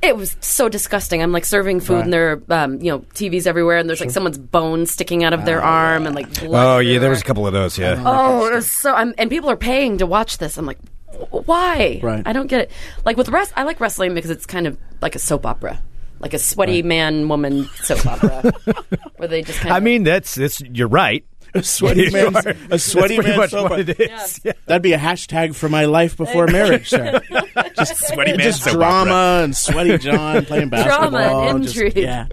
It was so disgusting. I'm like serving food and there are um, you know TVs everywhere, and there's like someone's bone sticking out of their arm and like blood. Oh yeah, there was a everywhere. couple of those. Yeah. Oh, it was so I'm, and people are paying to watch this. I'm like, "W- why? Right. I don't get it. Like with rest, I like wrestling because it's kind of like a soap opera, like a sweaty man woman soap opera, where they just kind of. I mean, that's that's. You're right. A sweaty You man. are. A sweaty that's pretty man. much soap what opera. it is. Yeah. That'd be a hashtag for my life before marriage, sir. Just sweaty man just soap drama opera. and sweaty John playing basketball. Drama and just- intrigue. yeah.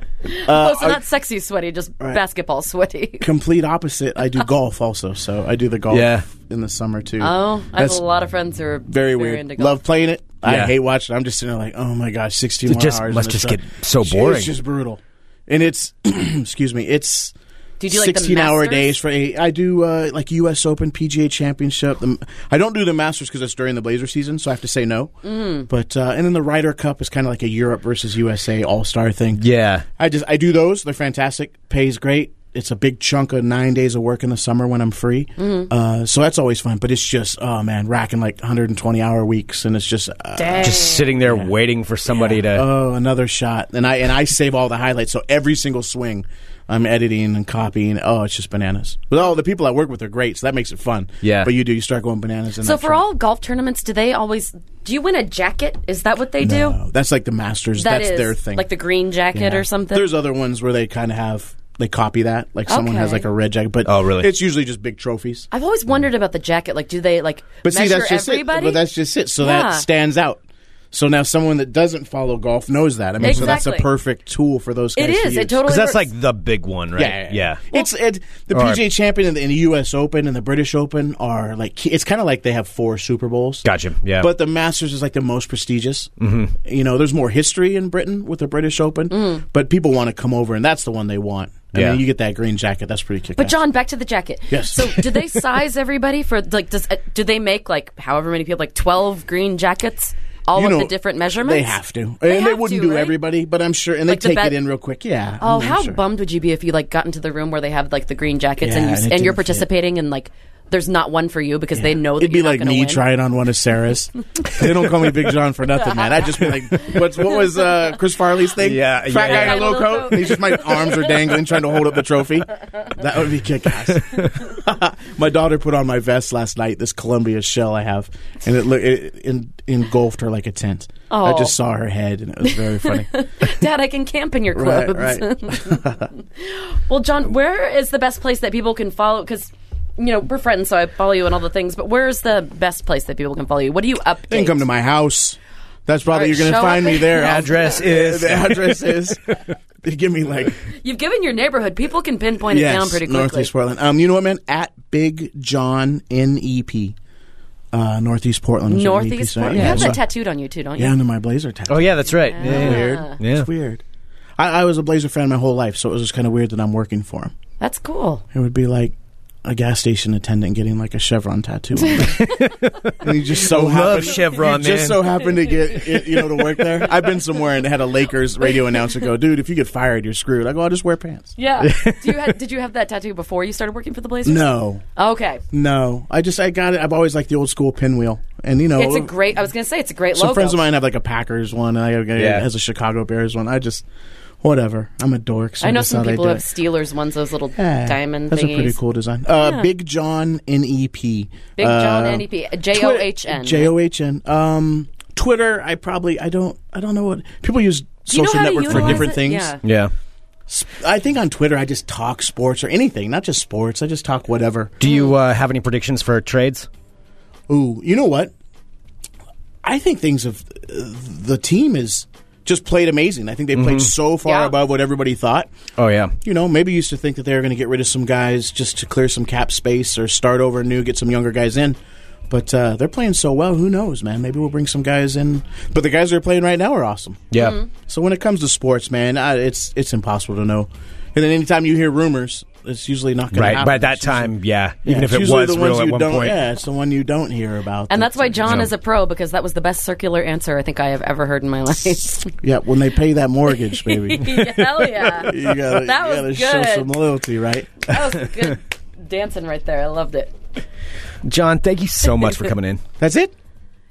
oh, so not sexy sweaty, just basketball sweaty. Complete opposite. I do golf also, so I do the golf Yeah. in the summer too. Oh, I have That's a lot of friends who are very very weird. Into golf. Love playing it. Yeah. I hate watching. it. I'm just sitting there like, oh my gosh, 16 It more just hours. must of just this get so It's- boring. It's just brutal, and it's excuse me, it's Do you do, like, the 16 hour Masters? days for eight. I do uh, like U.S. Open, PGA Championship. The, I don't do the Masters because it's during the Blazer season, so I have to say no. Mm. But uh, and then the Ryder Cup is kind of like a Europe versus USA All Star thing. Yeah. I just I do those. They're fantastic. Pays great. It's a big chunk of nine days of work in the summer when I'm free. Mm-hmm. Uh, so that's always fun. But it's just oh man, racking like 120 hour weeks, and it's just uh, Just sitting there waiting for somebody to. oh another shot. And I and I save all the highlights. So every single swing, I'm editing and copying. Oh, it's just bananas. But all the people I work with are great, so that makes it fun. Yeah. But you do you start going bananas. And So that's for fun. all golf tournaments, do they always do you win a jacket? Is that what they do? No, Oh, that's like the Masters. That that's is, their thing. like the green jacket Yeah. or something. There's other ones where they kind of have they copy that. Like someone has Okay. like a red jacket, but Oh, really? It's usually just big trophies. I've always wondered about the jacket. Like, do they like But see, measure that's just everybody? it. But that's just it. So Yeah. that stands out. So now someone that doesn't follow golf knows that. I mean, so that's a Exactly. perfect tool for those it guys. to is. use. It totally. Because that's works. like the big one, right? Yeah, yeah, yeah. it's it, the PGA Champion and the, and the U.S. Open and the British Open are like key- it's kind of like they have four Super Bowls. Gotcha. Yeah. But the Masters is like the most prestigious. Mm-hmm. You know, there's more history in Britain with the British Open, Mm. but people want to come over, and that's the one they want. I Yeah. mean, you get that green jacket. That's pretty kick. But John, back to the jacket. Yes. So, do they size everybody for like? Does uh, do they make like however many people like twelve green jackets all You of know, the different measurements? They have to, They and they have wouldn't to, do right? everybody. But I'm sure, and Like the they take bet- it in real quick. Yeah. Oh, I'm- I'm how sure. bummed would you be if you like got into the room where they have like the green jackets Yeah, and you and and, it and you're didn't fit. participating and like there's not one for you because they know that It'd be you're not like gonna me win. trying on one of Sarah's. they don't call me Big John for nothing, man. I'd just be like, what's, what was uh, Chris Farley's thing? Yeah, yeah, fat guy yeah. in a low coat. He's just my arms are dangling, trying to hold up the trophy. That would be kick ass. my daughter put on my vest last night, this Columbia shell I have, and it, look, it, en- engulfed her like a tent. I Oh. just saw her head, and it was very funny. Dad, I can camp in your Right, clothes. well, John, where is the best place that people can follow? Because you know we're friends, so I follow you and all the things. But where is the best place that people can follow you? What do you update? They can come to my house. That's probably All right, you're going show to find up. me there. I'll- Address is the address is. They give me like You've given your neighborhood. People can pinpoint it down pretty quickly. Northeast Portland. Um, you know what, man? At Big John N E P, uh, Northeast Portland. is what an EP Northeast stands Portland. for. You have Yeah, that so- tattooed on you too, don't you? Yeah, under my blazer tattoo. Oh yeah, that's right. Yeah, yeah, Weird. yeah. It's weird. I, I was a blazer fan my whole life, so it was just kind of weird that I'm working for him. That's cool. It would be like. A gas station attendant getting like a chevron tattoo, on them. and you just so Love happened, Chevron, you just man. so happened to get it, you know to work there. I've been somewhere and had a Lakers radio announcer go, "Dude, if you get fired, you're screwed." I go, "I'll just wear pants." Yeah. do you ha- did you have that tattoo before you started working for the Blazers? No, Okay. No, I just I got it. I've always liked the old school pinwheel, and you know, It's a great. I was going to say it's a great some logo. friends of mine have like a Packers one, and I have a- Yeah. has a Chicago Bears one. I just whatever. I'm a dork. So I know that's some how they people do who have it. Steelers ones, those little Yeah, diamond That's thingies. a pretty cool design. Uh, Big John N E P. Big John N.E.P., J O H N. Uh, J O H N. Um, Twitter. I probably I don't I don't know what people use you know social how to network for utilize different it? things. Yeah. Yeah. Sp- I think on Twitter I just talk sports or anything, not just sports. I just talk whatever. Do you uh, have any predictions for trades? Ooh, you know what? I think things of uh, the team is just played amazing. I think they played so far Mm-hmm. Yeah. above what everybody thought. Oh yeah. You know, maybe you used to think that they were going to get rid of some guys just to clear some cap space or start over new, get some younger guys in. But uh, they're playing so well. Who knows, man? Maybe we'll bring some guys in. But the guys that are playing right now are awesome. Yeah. Mm-hmm. So when it comes to sports, man, I, it's it's impossible to know. And then anytime you hear rumors, it's usually not going to Right. happen. By that It's usually- time, yeah. Even if Yeah, it's it usually was the ones real at you one don't, point. yeah, it's the one you don't hear about. And that's why John Yeah. is a pro because that was the best circular answer I think I have ever heard in my life. Yeah, when they pay that mortgage, baby. Hell yeah. You gotta, That you was gotta show good. some loyalty, right? That was good dancing right there. I loved it. John, thank you so much for coming in. That's it?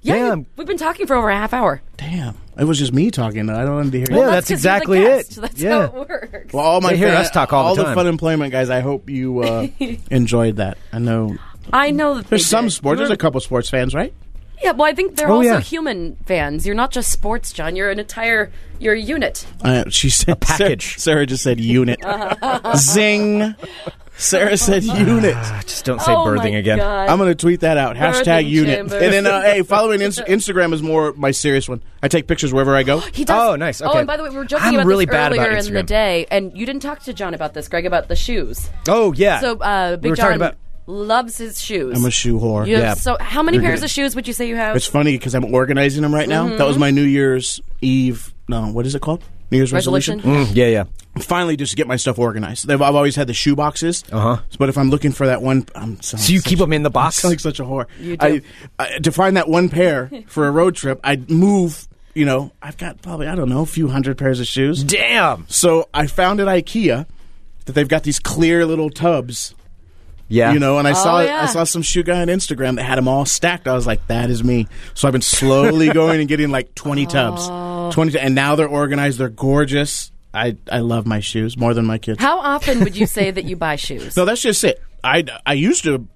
Yeah. Yeah. we- We've been talking for over a half hour. Damn. It was just me talking. I don't want to hear Yeah. you. that's 'cause you're the exactly guest. it. That's Yeah. how it works. Well, all my They hear fan- us talk all the time. fun employment guys, I hope you uh, enjoyed that. I know I know that there's they some did. sports. There's a couple sports fans, right? Yeah, well, I think they're Oh, also yeah. human fans. You're not just sports, John. You're an entire you're a unit. Uh, she said package. Sarah, Sarah just said unit. Zing. Sarah said unit. Ah, just don't say oh birthing my again. God. I'm gonna tweet that out. Hashtag Birthing unit. chamber. And then, uh, hey, following Ins- Instagram is more my serious one. I take pictures wherever I go. He does. Oh, nice. Oh, Okay. and by the way, we were joking I'm about really this bad about earlier in the Instagram. day, and you didn't talk to John about this, Greg, about the shoes. Oh yeah. So, uh, Big we were John talking about. loves his shoes. I'm a shoe whore. You have- Yeah. So, how many You're pairs good. of shoes would you say you have? It's funny because I'm organizing them right now. That was my New Year's Eve. No, what is it called? New Year's resolution. Resolution. Mm, yeah, yeah. Finally, just to get my stuff organized. They've, I've always had the shoe boxes. Uh-huh. But if I'm looking for that one, I'm sounding So you such- keep them in the box? sounding such a whore. You do. I, I, to find that one pair for a road trip, I would move. You know, I've got probably I don't know a few hundred pairs of shoes. Damn. So I found at IKEA that they've got these clear little tubs. Yeah. You know, and I saw Oh, yeah. I saw some shoe guy on Instagram that had them all stacked. I was like, that is me. So I've been slowly going and getting like 20 Oh. tubs. 20 and now they're organized, they're gorgeous. I I love my shoes more than my kids. how often would you say that you buy shoes? Mm. No, that's just it. I I used to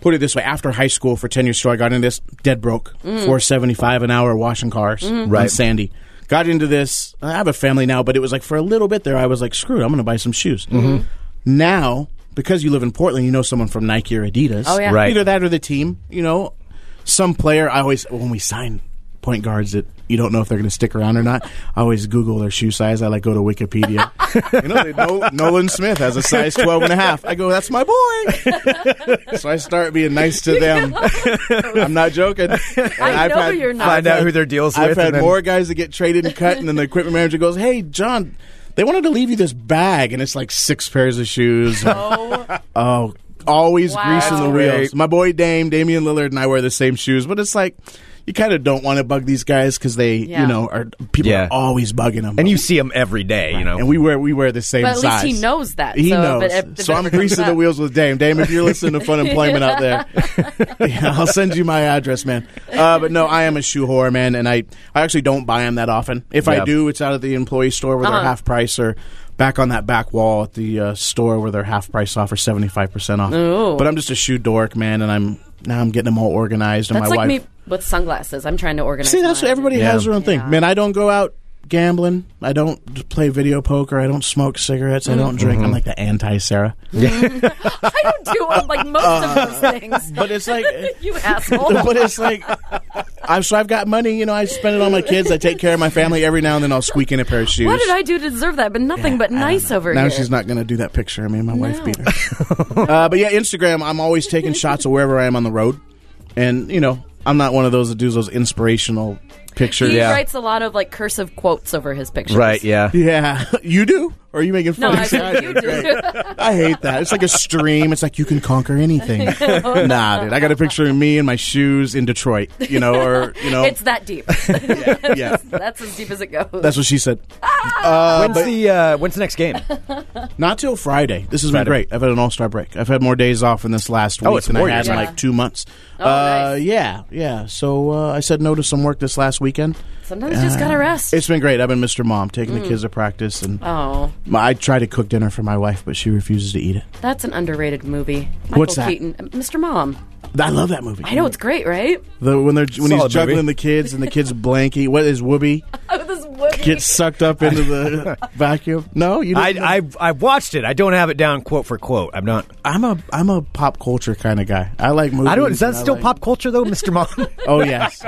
put it this way after high school for 10 years so I got into this dead broke. 475 an hour washing cars on Right. Sandy. Got into this. I have a family now, but it was like for a little bit there I was like screwed, I'm going to buy some shoes. Now, because you live in Portland, you know someone from Nike or Adidas. Oh, yeah. Right. Either that or the team, you know, some player I always when we sign point guards that you don't know if they're going to stick around or not. I always Google their shoe size. I like go to Wikipedia. you know, they know Nolan Smith has a size 12 and a half. I go, that's my boy. so I start being nice to them. I'm not joking. And I I've know you're not. Find out who their deals I've with and had then- more guys that get traded and cut, and then the equipment manager goes, "Hey, John." They wanted to leave you this bag, and it's like six pairs of shoes. Oh, Oh, always Wow. greasing the That's wheels. great. My boy Dame, Damian Lillard, and I wear the same shoes, but it's like you kind of don't want to bug these guys because they, Yeah. you know, are people Yeah. are always bugging them. And you see him every day, you know. and we wear we wear the same But at least size. he knows that. He so, knows. If it, if it so I'm ever comes greasing up- the wheels with Dame. Dame, if you're listening to Fun Employment out there, yeah, I'll send you my address, man. Uh, but no, I am a shoe whore, man, and I, I actually don't buy them that often. If Yeah. I do, it's out at the employee store where Uh-huh. they're half price or back on that back wall at the uh, store where they're half price off or 75% off. Ooh. But I'm just a shoe dork, man, and I'm now I'm getting them all organized. And That's my like wife. me with sunglasses. I'm trying to organize. See, that's mine. what everybody Yeah. has their own thing. Man, I don't go out gambling. I don't play video poker. I don't smoke cigarettes. Mm-hmm. I don't drink. Mm-hmm. I'm like the anti Sarah. I don't do um, like most of those things. But it's like, you asshole. but it's like, I've, so I've got money. You know, I spend it on my kids. I take care of my family. Every now and then, I'll squeak in a pair of shoes. What did I do to deserve that? But nothing but nice over Now here. she's not going to do that picture of me and my wife No. beat her. uh, but yeah, Instagram, I'm always taking shots of wherever I am on the road. And, you know, I'm not one of those that does those inspirational pictures. he Yeah. writes a lot of like cursive quotes over his pictures. right, yeah. Yeah. You do? Or are you making No, fun I of me? think you do. I hate that. It's like a stream. It's like you can conquer anything. nah, dude. I got a picture of me in my shoes in Detroit, you know, or, you know. It's that deep. yeah. That's as deep as it goes. That's what she said. Ah! when's the uh, when's the next game? Not till Friday. This has Friday. been great. I've had an all star break. I've had more days off in this last Oh, week it's than I Warriors had in night. like two months. Oh, uh, nice. Yeah, yeah. So uh, I said no to some work this last weekend. Sometimes you just gotta rest. It's been great. I've been Mr. Mom, taking the kids to practice, and Mm. oh, my, I try to cook dinner for my wife, but she refuses to eat it. that's an underrated movie. Michael What's that? Keaton, Uh, Mr. Mom. I love that movie. I know it's great, right? The, when they're when Solid he's juggling movie. the kids and the kids blankie. What is Whoopi? Oh, this movie. Gets sucked up into the vacuum. No, you. Didn't I, I I watched it. I don't have it down quote for quote. I'm not. I'm a I'm a pop culture kind of guy. I like movies. I don't. Is that and I still like- pop culture though, Mr. Mom? Oh yes.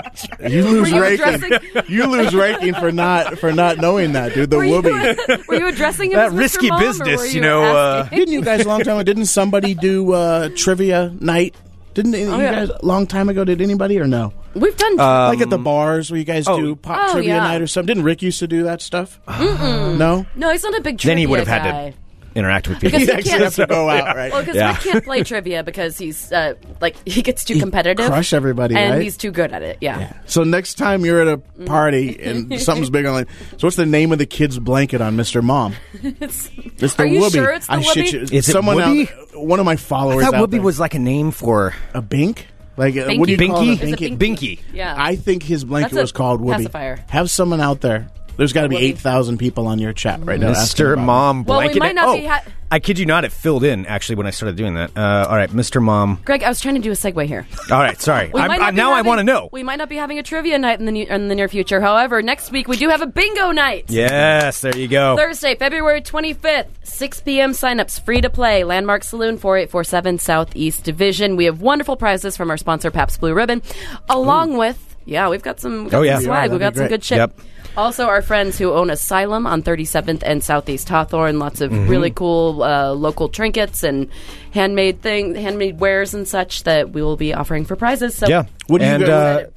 You lose you ranking. addressing- You lose ranking for not for not knowing that, dude. The were, you, Whoopi. were you addressing him That as Mr. risky Mom, or business, were you know, uh, asking? Didn't you guys a long time ago? Didn't somebody do uh, trivia night? Didn't any- you Oh, yeah. guys a long time ago? Did anybody or no? We've done. like at the bars where you guys Um, oh. do pop Oh, trivia yeah. night or something. Didn't Rick used to do that stuff? No. no, he's not a big trivia then he would have had guy. to interact with Because people. he You actually can't- have to go out, right? Well, because Yeah. Rick can't play trivia because he's uh, like he gets too competitive, crush everybody, and right? he's too good at it. Yeah. So next time you're at a party and something's big online, so what's the name of the kid's blanket on Mr. Mom? It's the Are you Whoopee. sure it's the I Whoopee? shit you. Is it someone Whoopee? out, one of my followers. I thought out Whoopi there- was like a name for a bink. Like uh, what do you Binky. call it? Is it Binky? Binky? Binky. Yeah. I think his blanket That's a was called Whoopee. pacifier. Have someone out there. There's got to be Whoopee. eight thousand people on your chat right now. asking Mr. about Mom Well, we blanket. might not oh, be ha- I kid you not. It filled in actually when I started doing that. Uh, all right, Mr. Mom. Greg, I was trying to do a segue here. All right, sorry. We I'm, might not I'm- be now I having- want to know. We might not be having a trivia night in the new, in the near future. However, next week we do have a bingo night. Yes, there you go. Thursday, February 25th, 6 p.m. Signups free to play. Landmark Saloon, 4847 Southeast Division. We have wonderful prizes from our sponsor, Paps Blue Ribbon, along with, yeah, we've got some, we've got Oh, yeah. some swag. Yeah, we've got that'd be some great. good shit. Yep. Also, our friends who own Asylum on 37th and Southeast Hawthorne. Lots of Mm-hmm. really cool uh, local trinkets and handmade thing, handmade wares and such that we will be offering for prizes. So, Yeah. What do you and, guys- uh,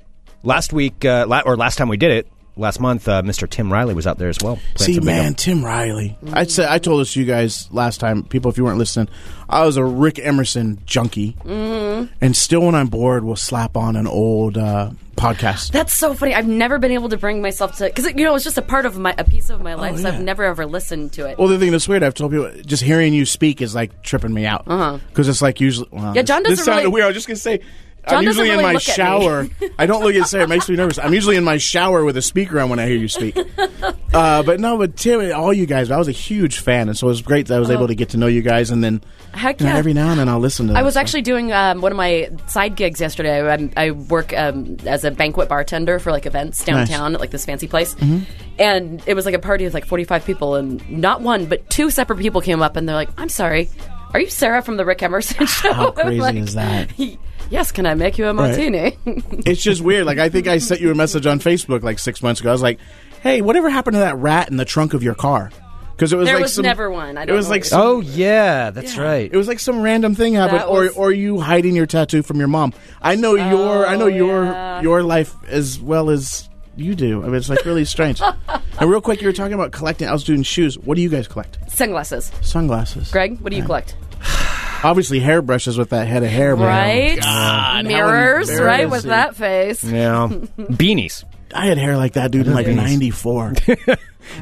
last week, uh, la- or last time we did it, last month, uh, Mr. Tim Riley was out there as well. playing See, some bingo. man, Tim Riley. I said I told this to you guys last time, people. If you weren't listening, I was a Rick Emerson junkie, Mm-hmm. and still, when I'm bored, will slap on an old uh, podcast. That's so funny. I've never been able to bring myself to because you know it's just a part of my a piece of my life. So I've Oh, yeah. never ever listened to it. well, the thing that's weird, I've told people, just hearing you speak is like tripping me out because it's like usually. Well, Uh-huh. Yeah, John this, doesn't this sounded really- weird. I was just gonna say. John I'm doesn't usually really in my look at me. shower. I don't look at Sarah. It makes me nervous. I'm usually in my shower with a speaker on when I hear you speak. Uh, but no, but Tim, all you guys, I was a huge fan, and so it was great that I was able to get to know you guys. And then Uh-huh. Heck you know, yeah. every now and then I'll listen to. I that was stuff. actually doing um, one of my side gigs yesterday. I, I work um, as a banquet bartender for like events downtown at like this fancy place, Mm-hmm. and it was like a party with like forty five people, and not one but two separate people came up and they're like, "I'm sorry, are you Sarah from the Rick Emerson show?" How I'm crazy like, is that? Yes, can I make you a martini? It's just weird. Like I think I sent you a message on Facebook like six months ago. I was like, "Hey, whatever happened to that rat in the trunk of your car?" Because it was There like was some, never one. I it don't was know like what some, Oh yeah, that's right. it was like some random thing happened, That was- Oh, or or you hiding your tattoo from your mom. I know your I know your yeah. your life as well as you do. I mean, it's like really strange. and real quick, you were talking about collecting. I was doing shoes. What do you guys collect? Sunglasses, Sunglasses. Greg. What do you collect? Obviously, hairbrushes with that head of hair, man. right? Mirrors, Oh how right? With embarrassing. that face. Yeah. Beanies. I had hair like that, dude, in like '94. I It's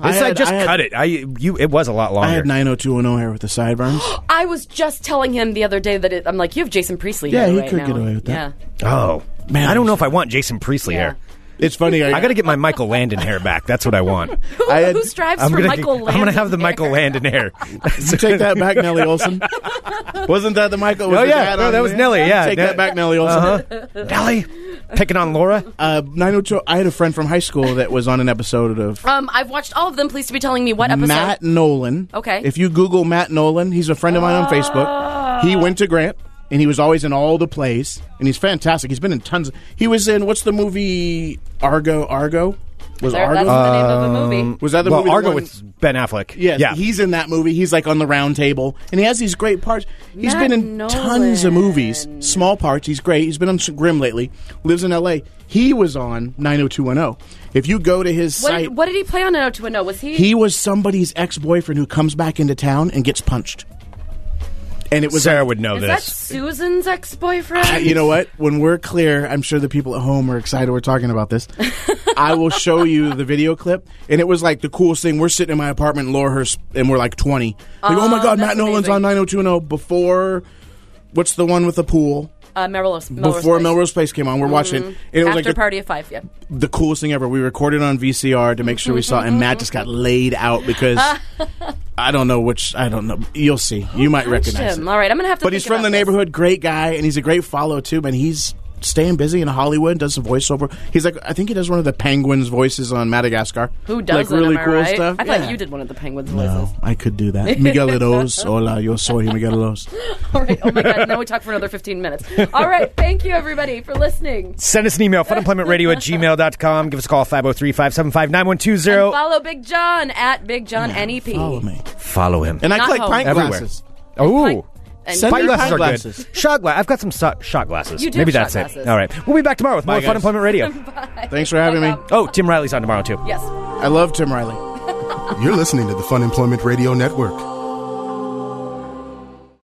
like had- just I had- cut it. I you it was a lot longer. I had 90210 hair with the sideburns. I was just telling him the other day that it, I'm like, you have Jason Priestley Yeah, hair he right could now. get away with that. Yeah. oh man, Man, I don't I know was- if I want Jason Priestley Yeah. hair. It's funny. I, I got to get my Michael Landon hair back. That's what I want. Who, I had- who strives I'm for gonna Michael Landon? I'm gonna have the Michael hair? Landon hair. You take that back, Nellie Olson. Wasn't that the Michael? with Oh, the yeah. dad No, on that Uh-huh. was there? Nellie, yeah. take Ne- that back, Nellie Olson. Nelly picking on Laura. Uh, 902. I had a friend from high school that was on an episode of Um, I've watched all of them. Please to be telling me what episode. Matt Nolan. Okay. If you Google Matt Nolan, he's a friend of mine on Facebook. Oh. He went to Grant, and he was always in all the plays, and he's fantastic. He's been in tons. Of, he was in what's the movie Argo? Argo was There- Argo. that's the name of the movie. was that the Um, well, movie? the Argo one- with Ben Affleck. Yeah, yeah. he's in that movie. He's like on the round table, and he has these great parts. He's Matt been in tons of movies, small parts. He's great. He's been on some Grim lately. Lives in L.A. He was on 90210. If you go to his What site, did, what did he play on 90210? Was he? he was somebody's ex-boyfriend who comes back into town and gets punched. And it was Sarah like- would know is that this. Susan's ex boyfriend? I- you know what? When we're clear, I'm sure the people at home are excited we're talking about this. I will show you the video clip, and it was like the coolest thing. We're sitting in my apartment in Lowerhurst, and we're like 20. Like, oh my god, Matt that's Nolan's amazing. on 90210 before. What's the one with the pool? Uh, Melrose, Melrose Before Place. Melrose Place came on, we're watching, it. and it was After like the, party of five, yeah. the coolest thing ever. We recorded on VCR to make sure we saw, it, and Matt just got laid out because I don't know which. I don't know. You'll see. You might recognize Jim, him. All right, I'm gonna have to. But he's think from the about this. neighborhood. Great guy, and he's a great follow too. Man, he's staying busy in Hollywood. Does some voiceover. He's like, I think he does one of the penguins' voices on Madagascar. Who does like really am I cool right? stuff? I thought Yeah. you did one of the penguins' voices. No, I could do that. Miguelitos. Hola, yo soy Miguelitos. All right. Oh my god. Now we talk for another 15 minutes. All right. Thank you everybody for listening. Send us an email, funemploymentradio at gmail.com. Give us a call, 503 575 9120. Follow Big John at Big John E NEP. Follow me. Follow him. And I Not collect home. pint Everywhere. glasses. Oh. And Send Pint your glasses pint are glasses. good. Shot glass. I've got some so- shot glasses. You do Maybe have that's shot it. glasses. All right. We'll be back tomorrow with more Bye, Fun guys. Employment Radio. Thanks for having me. oh, Tim Riley's on tomorrow, too. yes. I love Tim Riley. You're listening to the Fun Employment Radio Network.